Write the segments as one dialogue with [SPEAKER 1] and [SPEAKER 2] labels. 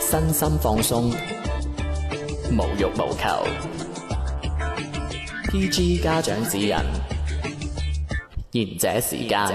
[SPEAKER 1] 身心放鬆，無欲無求。PG 家長指引，賢者時間。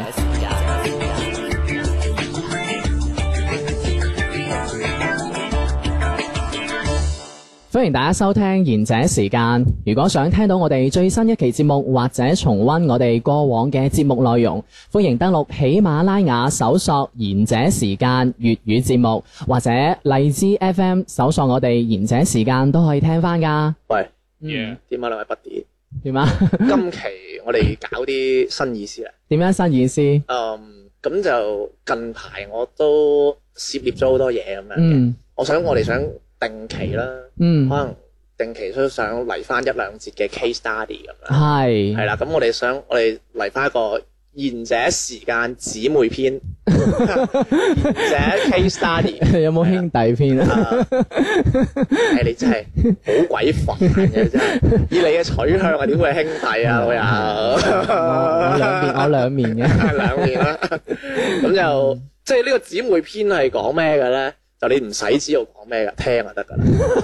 [SPEAKER 1] 歡迎大家收聽賢者時間。如果想聽到我哋最新一期節目，或者重溫我哋過往嘅節目內容，歡迎登錄喜馬拉雅搜索賢者時間粵語節目，或者荔枝 FM 搜索我哋賢者時間都可以聽翻噶。
[SPEAKER 2] 喂，
[SPEAKER 1] 嗯
[SPEAKER 3] Yeah，
[SPEAKER 2] 點啊兩位不 點？
[SPEAKER 1] 點啊？
[SPEAKER 2] 今期我哋搞啲新意思啦。
[SPEAKER 1] 點樣新意思？
[SPEAKER 2] 嗯，咁就近排我都涉獵咗好多嘢咁樣嘅。
[SPEAKER 1] 嗯
[SPEAKER 2] 我想我哋想定期啦，
[SPEAKER 1] 嗯
[SPEAKER 2] 可，能定期都想嚟翻一兩節嘅 case study 咁
[SPEAKER 1] 啊
[SPEAKER 2] 樣。係
[SPEAKER 1] 係
[SPEAKER 2] 啦，咁我哋想我哋嚟翻一個賢者時間姊 妹篇，賢者 case study。
[SPEAKER 1] 有冇兄弟篇啊？
[SPEAKER 2] 啊！唉你真係好鬼煩嘅，真係。以你嘅取向，點會係兄弟啊，老
[SPEAKER 1] 我我兩面我兩面
[SPEAKER 2] 友？
[SPEAKER 1] 嘅，
[SPEAKER 2] 兩面啦，
[SPEAKER 3] 啊
[SPEAKER 2] 咁就即係呢個姊妹篇係講咩嘅咧？就你唔使知道講咩嘅，聽就得㗎啦，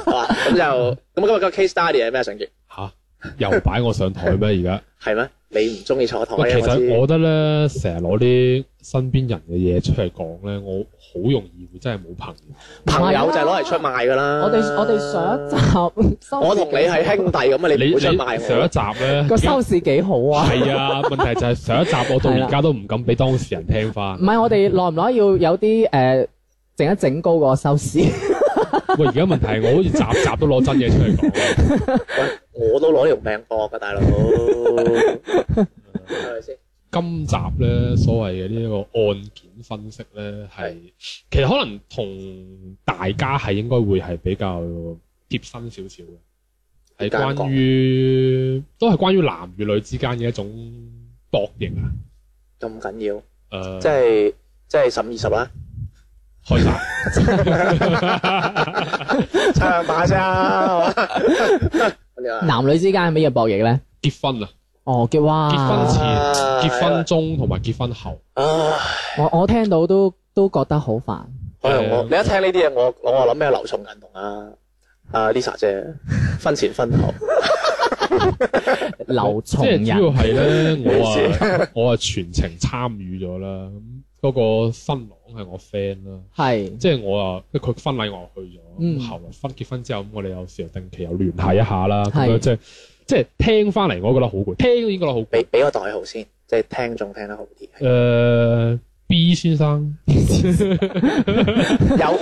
[SPEAKER 2] 係嘛？咁就咁今日個 case study 係咩？上傑
[SPEAKER 3] 吓又擺我上台咩？而家
[SPEAKER 2] 係咩？你唔中意坐台
[SPEAKER 3] 喂，
[SPEAKER 2] 嘅，
[SPEAKER 3] 其
[SPEAKER 2] 我知
[SPEAKER 3] 實我覺得咧，成日攞啲身邊人嘅嘢出嚟講咧，我好容易會真係冇朋友。
[SPEAKER 2] 朋友就係攞嚟出賣㗎啦。
[SPEAKER 1] 啊我哋我哋 上一集收視
[SPEAKER 2] 我同你係兄弟咁啊，你
[SPEAKER 3] 你
[SPEAKER 2] 唔會
[SPEAKER 3] 你
[SPEAKER 2] 出
[SPEAKER 3] 上
[SPEAKER 2] 賣我
[SPEAKER 3] 一。集咧
[SPEAKER 1] 個收視幾好啊！
[SPEAKER 3] 係啊，問題就係上一集我到
[SPEAKER 1] 係啦
[SPEAKER 3] 而家都唔敢俾當事人聽翻
[SPEAKER 1] 唔。係，我哋耐唔耐要有啲誒、呃整一整高個收視，
[SPEAKER 3] 喂，而家問題係我好似集集都攞真嘢出嚟講，
[SPEAKER 2] 喂，我都攞條命搏㗎，大佬，係咪先？
[SPEAKER 3] 今集咧所謂嘅呢一個案件分析咧，係其實可能同大家係應該會係比較貼身少少嘅，係
[SPEAKER 2] 點解咁講
[SPEAKER 3] 關於都係關於男與女之間嘅一種博弈啊。
[SPEAKER 2] 咁緊要，
[SPEAKER 3] 誒、
[SPEAKER 2] 即係即係十五二十啦，
[SPEAKER 3] 開晒。
[SPEAKER 2] 唱把咋， 咁
[SPEAKER 1] 男女之間係乜嘢博弈咧？
[SPEAKER 3] 結婚啊，
[SPEAKER 1] 哦嘅哇，
[SPEAKER 3] 結婚前、
[SPEAKER 2] 啊
[SPEAKER 3] 結婚中同埋結婚後，
[SPEAKER 2] 啊，
[SPEAKER 1] 我我聽到都都覺得好煩。
[SPEAKER 2] 可能我
[SPEAKER 3] 誒
[SPEAKER 2] 你一聽呢啲嘢，我我我諗咩劉松仁同阿阿 Lisa 姐婚前婚後，
[SPEAKER 1] 劉
[SPEAKER 3] 即
[SPEAKER 1] 松
[SPEAKER 3] 係主要
[SPEAKER 1] 仁
[SPEAKER 3] 係咧， 我
[SPEAKER 2] 咩
[SPEAKER 3] 啊我啊全程參與咗啦。咁嗰個新郎係我 friend 啦，
[SPEAKER 1] 係
[SPEAKER 3] 即係我啊，即係佢婚禮我去咗，
[SPEAKER 1] 嗯
[SPEAKER 3] 咁後來婚結婚之後，咁我哋有時候定期又聯繫一下啦。咁
[SPEAKER 1] 係
[SPEAKER 3] 樣即係即係聽翻嚟，我覺得好攰，聽已經覺得好攰。
[SPEAKER 2] 俾俾個代號先，即係聽眾聽得好啲，
[SPEAKER 3] 誒、B 呃先生
[SPEAKER 2] 有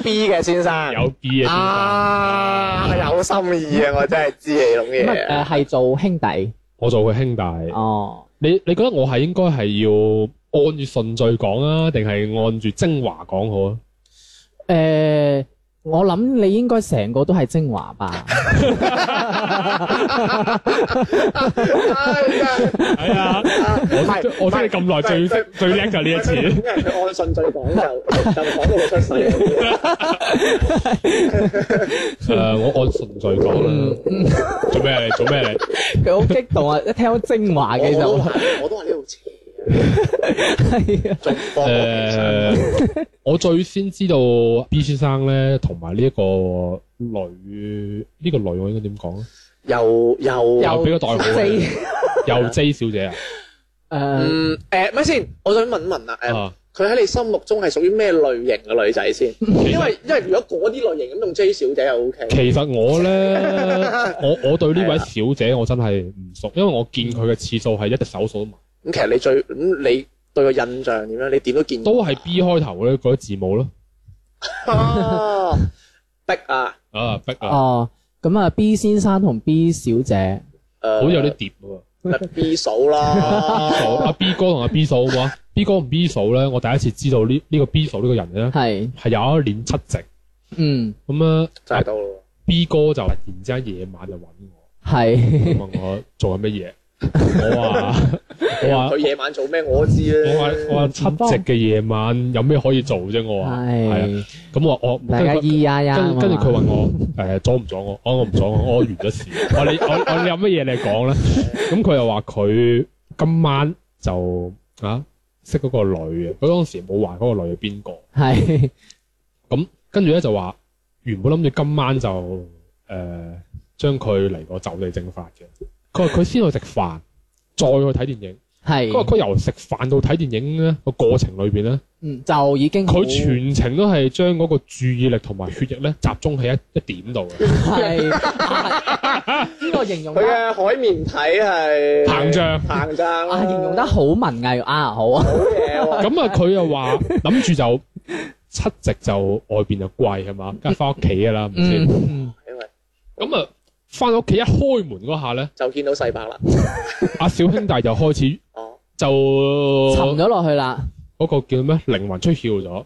[SPEAKER 2] B 嘅先生，
[SPEAKER 3] 有 B 嘅先生，
[SPEAKER 2] 啊，有心意啊，我真係知你
[SPEAKER 1] 咁
[SPEAKER 2] 諗嘢
[SPEAKER 1] 誒
[SPEAKER 2] 啊，
[SPEAKER 1] 係做兄弟
[SPEAKER 3] 我做佢兄弟。
[SPEAKER 1] 哦，
[SPEAKER 3] 你你覺得我係應該係要按住順序講啊，定係按住精華講好啊？
[SPEAKER 1] 誒、我諗你應該成個都係精華吧？
[SPEAKER 2] 唉真係
[SPEAKER 3] 係啊，我我聽你咁耐最
[SPEAKER 2] 唔係
[SPEAKER 3] 最叻就係呢一次。
[SPEAKER 2] 因為佢按順序講就就講到佢出世。
[SPEAKER 3] 誒，呃我按順序講
[SPEAKER 1] 嗯
[SPEAKER 3] 啦。做咩嚟？做咩嚟？
[SPEAKER 1] 佢好激 動啊！一聽到精華嘅
[SPEAKER 2] 我都
[SPEAKER 1] 就
[SPEAKER 2] 話我都話呢度邪，
[SPEAKER 1] 係啊
[SPEAKER 2] 仲幫我其實
[SPEAKER 3] 誒，呃我最先知道 B 先生咧，同埋呢一個女，呢個女我應該點講咧？
[SPEAKER 2] 又又
[SPEAKER 3] 又俾個代號
[SPEAKER 1] 四
[SPEAKER 3] 佢又 J 小姐啊
[SPEAKER 1] 誒
[SPEAKER 2] 嗯誒，咪先，我想問一問啊，誒，
[SPEAKER 3] 啊，
[SPEAKER 2] 佢喺你心目中係屬於咩類型嘅女仔先？
[SPEAKER 3] 其
[SPEAKER 2] 因
[SPEAKER 3] 實
[SPEAKER 2] 為因為如果嗰啲類型咁用 J 小姐又 OK，
[SPEAKER 3] 其實我咧，我我對呢位小姐我真係唔熟，因為我見佢嘅次數係一隻手數都埋。
[SPEAKER 2] 咁其實你最咁你對個印象點樣？你點都見過
[SPEAKER 3] 都係 B 開頭咧嗰啲字母咯。
[SPEAKER 2] 啊逼啊，
[SPEAKER 3] 啊，逼啊，
[SPEAKER 1] 哦，咁啊 B 先生同 B 小姐
[SPEAKER 2] 誒
[SPEAKER 3] 好似有啲碟喎。
[SPEAKER 2] 咪 B 嫂 啦，
[SPEAKER 1] 哦
[SPEAKER 3] 嫂阿 B 哥同阿 B 嫂好唔好啊？B 哥同 B 嫂咧，我第一次知道呢呢個 B 嫂呢個人咧，
[SPEAKER 1] 係
[SPEAKER 3] 係有一年七夕
[SPEAKER 1] 嗯
[SPEAKER 3] 咁啊。
[SPEAKER 2] 就係到咯。
[SPEAKER 3] B 哥就突然之間夜晚就揾我，
[SPEAKER 1] 係。
[SPEAKER 3] 問我做緊乜嘢。我話我話
[SPEAKER 2] 佢夜晚做咩我知
[SPEAKER 3] 我話
[SPEAKER 2] 咧。
[SPEAKER 3] 我 話七夕嘅夜晚有咩可以做啫？我話係啊。
[SPEAKER 1] 係，
[SPEAKER 3] 咁我我
[SPEAKER 1] 大家 E 啊
[SPEAKER 3] 跟住佢
[SPEAKER 1] 咿呀呀
[SPEAKER 3] 跟跟住佢
[SPEAKER 1] 話
[SPEAKER 3] 問我誒阻唔阻我？我話我唔阻我，我完咗 事。我你我我你有乜嘢你講啦？咁佢又話佢今晚就啊識嗰個女嘅，佢當時冇話嗰個女係邊個。
[SPEAKER 1] 係
[SPEAKER 3] 咁跟住咧就話原本諗住今晚就诶將佢嚟個就地正法嘅。佢
[SPEAKER 1] 嗯
[SPEAKER 3] 話佢先去食飯，再去睇電影。
[SPEAKER 1] 係
[SPEAKER 3] 佢話佢由食飯到睇電影咧個過程裏边咧，
[SPEAKER 1] 嗯就已經好
[SPEAKER 3] 佢全程都係將嗰個注意力同埋血液咧集中喺一一點度
[SPEAKER 1] 嗯
[SPEAKER 3] 嘅，
[SPEAKER 1] 係啊 呢個形容
[SPEAKER 2] 佢
[SPEAKER 1] 得
[SPEAKER 2] 嘅海綿體係
[SPEAKER 3] 膨脹。
[SPEAKER 2] 膨脹啦
[SPEAKER 1] 啊形容得好文藝啊好啊
[SPEAKER 2] 好嘢喎。
[SPEAKER 3] 咁啊，佢又話諗住就七夕就外邊就貴係嘛，梗係翻屋企噶啦，唔知。
[SPEAKER 1] 嗯
[SPEAKER 2] 因為
[SPEAKER 3] 咁啊，翻屋企一開門嗰下咧，
[SPEAKER 2] 就見到細伯啦。
[SPEAKER 3] 阿小兄弟就開始
[SPEAKER 2] 哦，
[SPEAKER 3] 就
[SPEAKER 1] 沉咗落去啦
[SPEAKER 3] 嗰個叫咩靈魂出竅咗，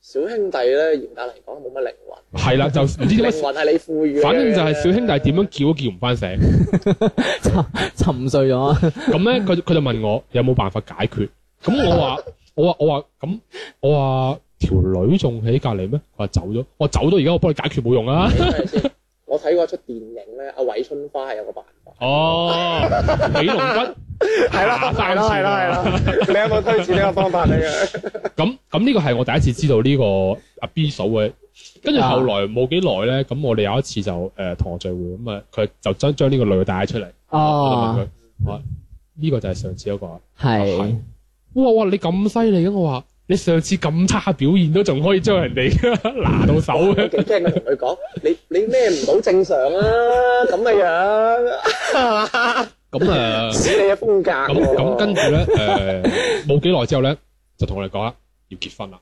[SPEAKER 2] 小兄弟咧，嚴格嚟講冇乜靈魂，
[SPEAKER 3] 係啦，就唔知
[SPEAKER 2] 靈
[SPEAKER 3] 點解，
[SPEAKER 2] 魂係你賦予嘅。
[SPEAKER 3] 反正就係小兄弟 點樣叫都叫唔翻醒。
[SPEAKER 1] 沉睡咗
[SPEAKER 3] 咁咧，佢佢就問我有冇辦法解決。咁我話我話我話咁，我話條女仲喺隔離咩？佢話走咗，我話走咗，而家我幫你解決冇用啊。
[SPEAKER 2] 你睇先我睇過一出電影咧，阿韋春花係有個辦法。
[SPEAKER 3] 哦，李龍骨。
[SPEAKER 2] 係
[SPEAKER 3] 啦係啦係啦
[SPEAKER 2] 係啦，你有冇推薦呢個方法你嘅？
[SPEAKER 3] 咁咁呢個係我第一次知道呢個阿 B 嫂嘅，跟
[SPEAKER 2] 啊
[SPEAKER 3] 住後來冇幾耐咧，咁我哋有一次就誒同學聚會，咁啊佢就將將呢個女帶咗
[SPEAKER 2] 啊
[SPEAKER 3] 出嚟，我就問
[SPEAKER 1] 哦
[SPEAKER 3] 佢，我話呢個就係上次嗰個啊，
[SPEAKER 1] 係
[SPEAKER 3] 係哇哇你咁犀利嘅，我話你上次咁差表現都仲可以將人哋 拿到手
[SPEAKER 2] 我
[SPEAKER 3] 嘅，
[SPEAKER 2] 幾驚佢同佢講，你你咩唔到正常啊？咁 嘅樣，
[SPEAKER 3] 咁啊
[SPEAKER 2] 似你嘅風格喎。
[SPEAKER 3] 咁咁跟住咧誒冇幾耐之後咧就同我哋講啦，要結婚啦，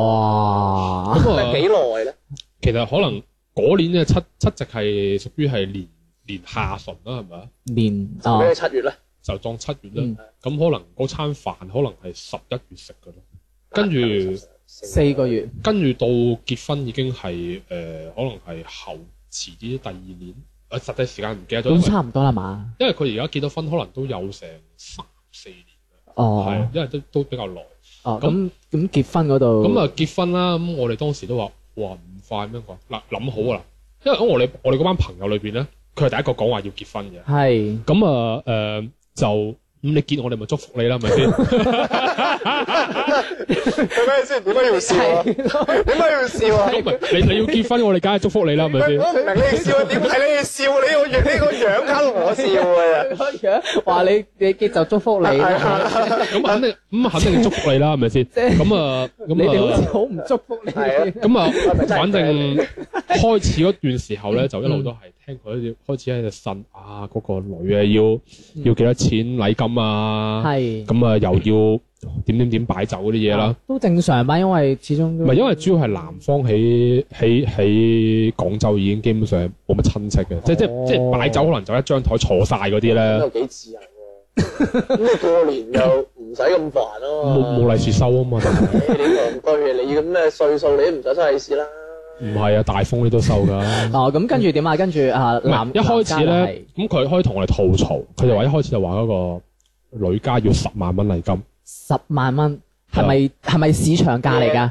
[SPEAKER 1] 哇
[SPEAKER 3] 咁
[SPEAKER 2] 係
[SPEAKER 3] 啊
[SPEAKER 2] 幾耐咧？
[SPEAKER 3] 其實可能嗰年嘅七七夕係屬於係年年下旬啦，係咪啊？
[SPEAKER 1] 連啊
[SPEAKER 2] 咩七月咧？
[SPEAKER 3] 就當七月
[SPEAKER 1] 嗯
[SPEAKER 3] 啦。咁、可能嗰餐飯可能係十一月食嘅咯。跟住
[SPEAKER 1] 四個月
[SPEAKER 3] 跟住到結婚已經係誒、呃可能係後遲啲第二年，誒、實際時間唔記得咗，
[SPEAKER 1] 都
[SPEAKER 3] 因為
[SPEAKER 1] 差唔多啦嘛
[SPEAKER 3] 因為佢而家結咗婚可能都有成三四年，係、啊
[SPEAKER 1] 哦
[SPEAKER 3] 因為都都比較耐。
[SPEAKER 1] 哦咁
[SPEAKER 3] 咁
[SPEAKER 1] 咁結婚嗰度
[SPEAKER 3] 咁啊結婚啦，咁我哋當時都話：哇唔快咩？我話嗱諗好啊啦，因為我哋我哋嗰班朋友裏邊咧，佢係第一個講話要結婚嘅。
[SPEAKER 1] 係
[SPEAKER 3] 咁啊誒就咁你結我哋咪祝福你啦，係咪先？
[SPEAKER 2] 佢咩先？點解要笑啊？點解要笑啊？
[SPEAKER 3] 唔係你你要結婚，我哋梗係祝福你啦，係咪先？
[SPEAKER 2] 我唔明你笑，點睇你笑？你個樣呢個樣搞到我笑嘅。
[SPEAKER 1] 個樣話你你結就祝福你，
[SPEAKER 3] 咁肯定咁肯定祝福你啦，係咪先？咁啊
[SPEAKER 1] 你哋
[SPEAKER 3] 咁
[SPEAKER 1] 好似
[SPEAKER 3] 啊
[SPEAKER 1] 好唔祝福你。
[SPEAKER 2] 係啊
[SPEAKER 3] 咁啊
[SPEAKER 2] 係咪，真係
[SPEAKER 3] 反正開始嗰段時候咧，就一路
[SPEAKER 1] 嗯
[SPEAKER 3] 都係聽佢喺度開始喺度呻啊，嗰個女啊要要幾多錢禮金啊，
[SPEAKER 1] 係
[SPEAKER 3] 咁啊又要點點點擺酒嗰啲嘢啦。
[SPEAKER 1] 都正常吧，因為始終都
[SPEAKER 3] 唔係因為主要係南方喺喺喺廣州已經基本上係冇乜親戚嘅，即即即
[SPEAKER 1] 哦
[SPEAKER 3] 擺酒可能就一張台坐晒嗰啲咧
[SPEAKER 2] 都，幾自由喎。咁你過年又唔使咁煩
[SPEAKER 3] 冇
[SPEAKER 2] 咯。
[SPEAKER 3] 冇利是收啊嘛。但係
[SPEAKER 2] 你咁對，你咁咩歲數，你都唔使出利是啦。
[SPEAKER 3] 唔係啊，大風你都收㗎。
[SPEAKER 1] 哦咁跟住點啊？跟住啊
[SPEAKER 3] 唔
[SPEAKER 1] 男
[SPEAKER 3] 係一開始
[SPEAKER 1] 男家
[SPEAKER 3] 咧
[SPEAKER 1] 係，
[SPEAKER 3] 咁佢可以同我哋吐槽，佢就話一開始就話嗰個女家要十萬蚊禮金，
[SPEAKER 1] 十萬蚊係咪係咪市場價嚟㗎？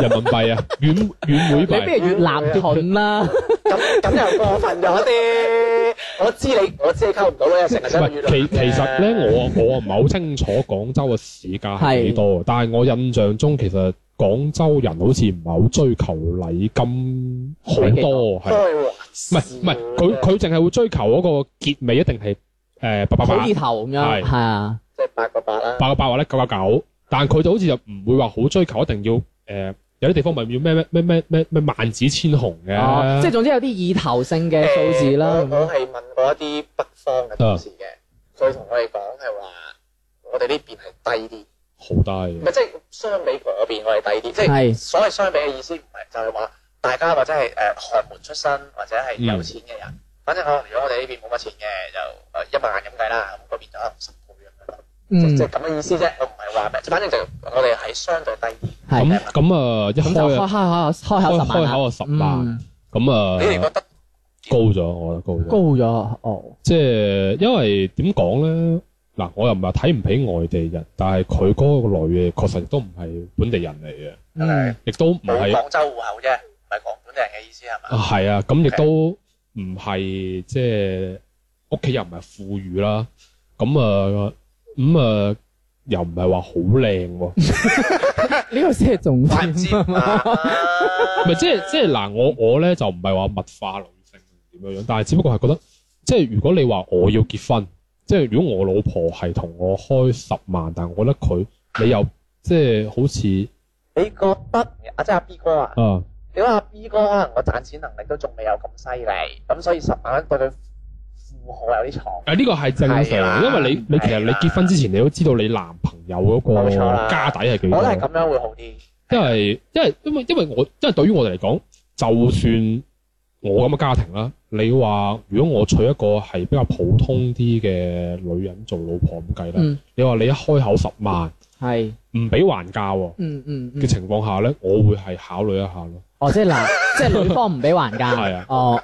[SPEAKER 3] 人民幣啊，遠遠會
[SPEAKER 1] 你
[SPEAKER 3] 幣。
[SPEAKER 1] 不如越南盾啦，
[SPEAKER 2] 咁咁又過分咗啲。我知你，我知你溝唔到啦，成啊日
[SPEAKER 3] 唔
[SPEAKER 2] 想
[SPEAKER 3] 係
[SPEAKER 2] 越
[SPEAKER 3] 啊其其實咧，我我唔係好清楚廣州嘅市價係幾多，但係我印象中其實廣州人好似唔係好追求禮金好多，係
[SPEAKER 2] 開
[SPEAKER 3] 唔係唔係
[SPEAKER 1] 嗯
[SPEAKER 3] 佢佢淨係會追求嗰個結尾一定係誒八八
[SPEAKER 1] 好
[SPEAKER 3] 八
[SPEAKER 1] 意頭咁樣
[SPEAKER 3] 係
[SPEAKER 1] 係啊，
[SPEAKER 2] 即係八個八啦。
[SPEAKER 3] 八個八或者九九九，但係佢就好似就唔會話好追求一定要誒、呃有啲地方咪要咩咩咩咩咩咩萬紫千紅嘅，
[SPEAKER 1] 哦即係總之有啲意頭性嘅數字啦。
[SPEAKER 2] 我
[SPEAKER 1] 咁樣
[SPEAKER 2] 我係問過一啲北方
[SPEAKER 3] 啊
[SPEAKER 2] 嘅同事嘅，佢同我哋講係話，我哋呢邊係低
[SPEAKER 3] 好低
[SPEAKER 2] 啲，唔係即係相比嗰邊我哋低啲，即係
[SPEAKER 1] 係
[SPEAKER 2] 所謂相比嘅意思唔係就係話大家或者係誒寒門出身或者係有錢嘅人，反正可能如果我哋呢邊冇乜錢嘅，就誒一萬咁計啦，咁嗰邊就可能十倍咁樣，即
[SPEAKER 1] 嗯
[SPEAKER 2] 即係咁嘅意思啫。我唔係話咩，即係反正就我哋係相對低啲。
[SPEAKER 1] 係
[SPEAKER 3] 咁咁啊一
[SPEAKER 1] 咁就
[SPEAKER 3] 開
[SPEAKER 1] 開開
[SPEAKER 3] 啊
[SPEAKER 1] 口開口十萬
[SPEAKER 3] 開
[SPEAKER 1] 啦
[SPEAKER 3] 口啊十萬
[SPEAKER 1] 嗯
[SPEAKER 3] 咁
[SPEAKER 2] 你哋
[SPEAKER 3] 啊
[SPEAKER 2] 覺得
[SPEAKER 3] 高咗，我覺得
[SPEAKER 1] 高
[SPEAKER 3] 高咗，
[SPEAKER 1] 咗哦，
[SPEAKER 3] 即係因為點講咧嗱，我又唔係睇唔起外地人，但係佢嗰個女嘅確實亦都唔係本地人嚟嘅，
[SPEAKER 1] 嗯
[SPEAKER 3] 亦都唔
[SPEAKER 2] 冇
[SPEAKER 3] 係
[SPEAKER 2] 廣州戶口啫，唔係講本地人嘅意思係
[SPEAKER 3] 啊
[SPEAKER 2] 嘛？
[SPEAKER 3] 係啊，咁亦都唔係即係屋企又唔係富裕啦，咁啊咁啊又唔係話好靚喎。
[SPEAKER 1] 呢個先係重
[SPEAKER 2] 怪唔
[SPEAKER 1] 點。
[SPEAKER 2] 知啊
[SPEAKER 3] 唔係即係即係嗱，我我咧就唔係話物化女性點樣樣，但係只不過係覺得，即係如果你話我要結婚，即係如果我老婆係同我開十萬，但我覺得佢你又即係好似
[SPEAKER 2] 你覺得啊，即係阿 B 哥啊，
[SPEAKER 3] 啊
[SPEAKER 2] 你話阿 B 哥可能我賺錢能力都仲未有咁犀利，咁所以十萬蚊對佢負荷有啲重。
[SPEAKER 3] 誒呢個係正
[SPEAKER 2] 係
[SPEAKER 3] 常，
[SPEAKER 2] 啦
[SPEAKER 3] 因為你你其實
[SPEAKER 2] 係
[SPEAKER 3] 你
[SPEAKER 2] 啦
[SPEAKER 3] 結婚之前你都知道你男朋友嗰個
[SPEAKER 2] 冇錯啦
[SPEAKER 3] 家底係幾
[SPEAKER 2] 我覺得係
[SPEAKER 3] 多，
[SPEAKER 2] 咁樣會好啲。
[SPEAKER 3] 因為因為因為因為我因為對於我哋嚟講，就算我咁嘅家庭啦，你話如果我娶一個係比較普通啲嘅女人做老婆咁計啦。
[SPEAKER 1] 嗯，
[SPEAKER 3] 你話你一開口十萬
[SPEAKER 1] 係，
[SPEAKER 3] 唔俾還價喎
[SPEAKER 1] 嗯嗯
[SPEAKER 3] 嘅
[SPEAKER 1] 嗯，
[SPEAKER 3] 情況下咧，我會係考慮一下咯。
[SPEAKER 1] 哦，即係 嗱，即係女方唔俾還價。
[SPEAKER 3] 係啊
[SPEAKER 1] 哦，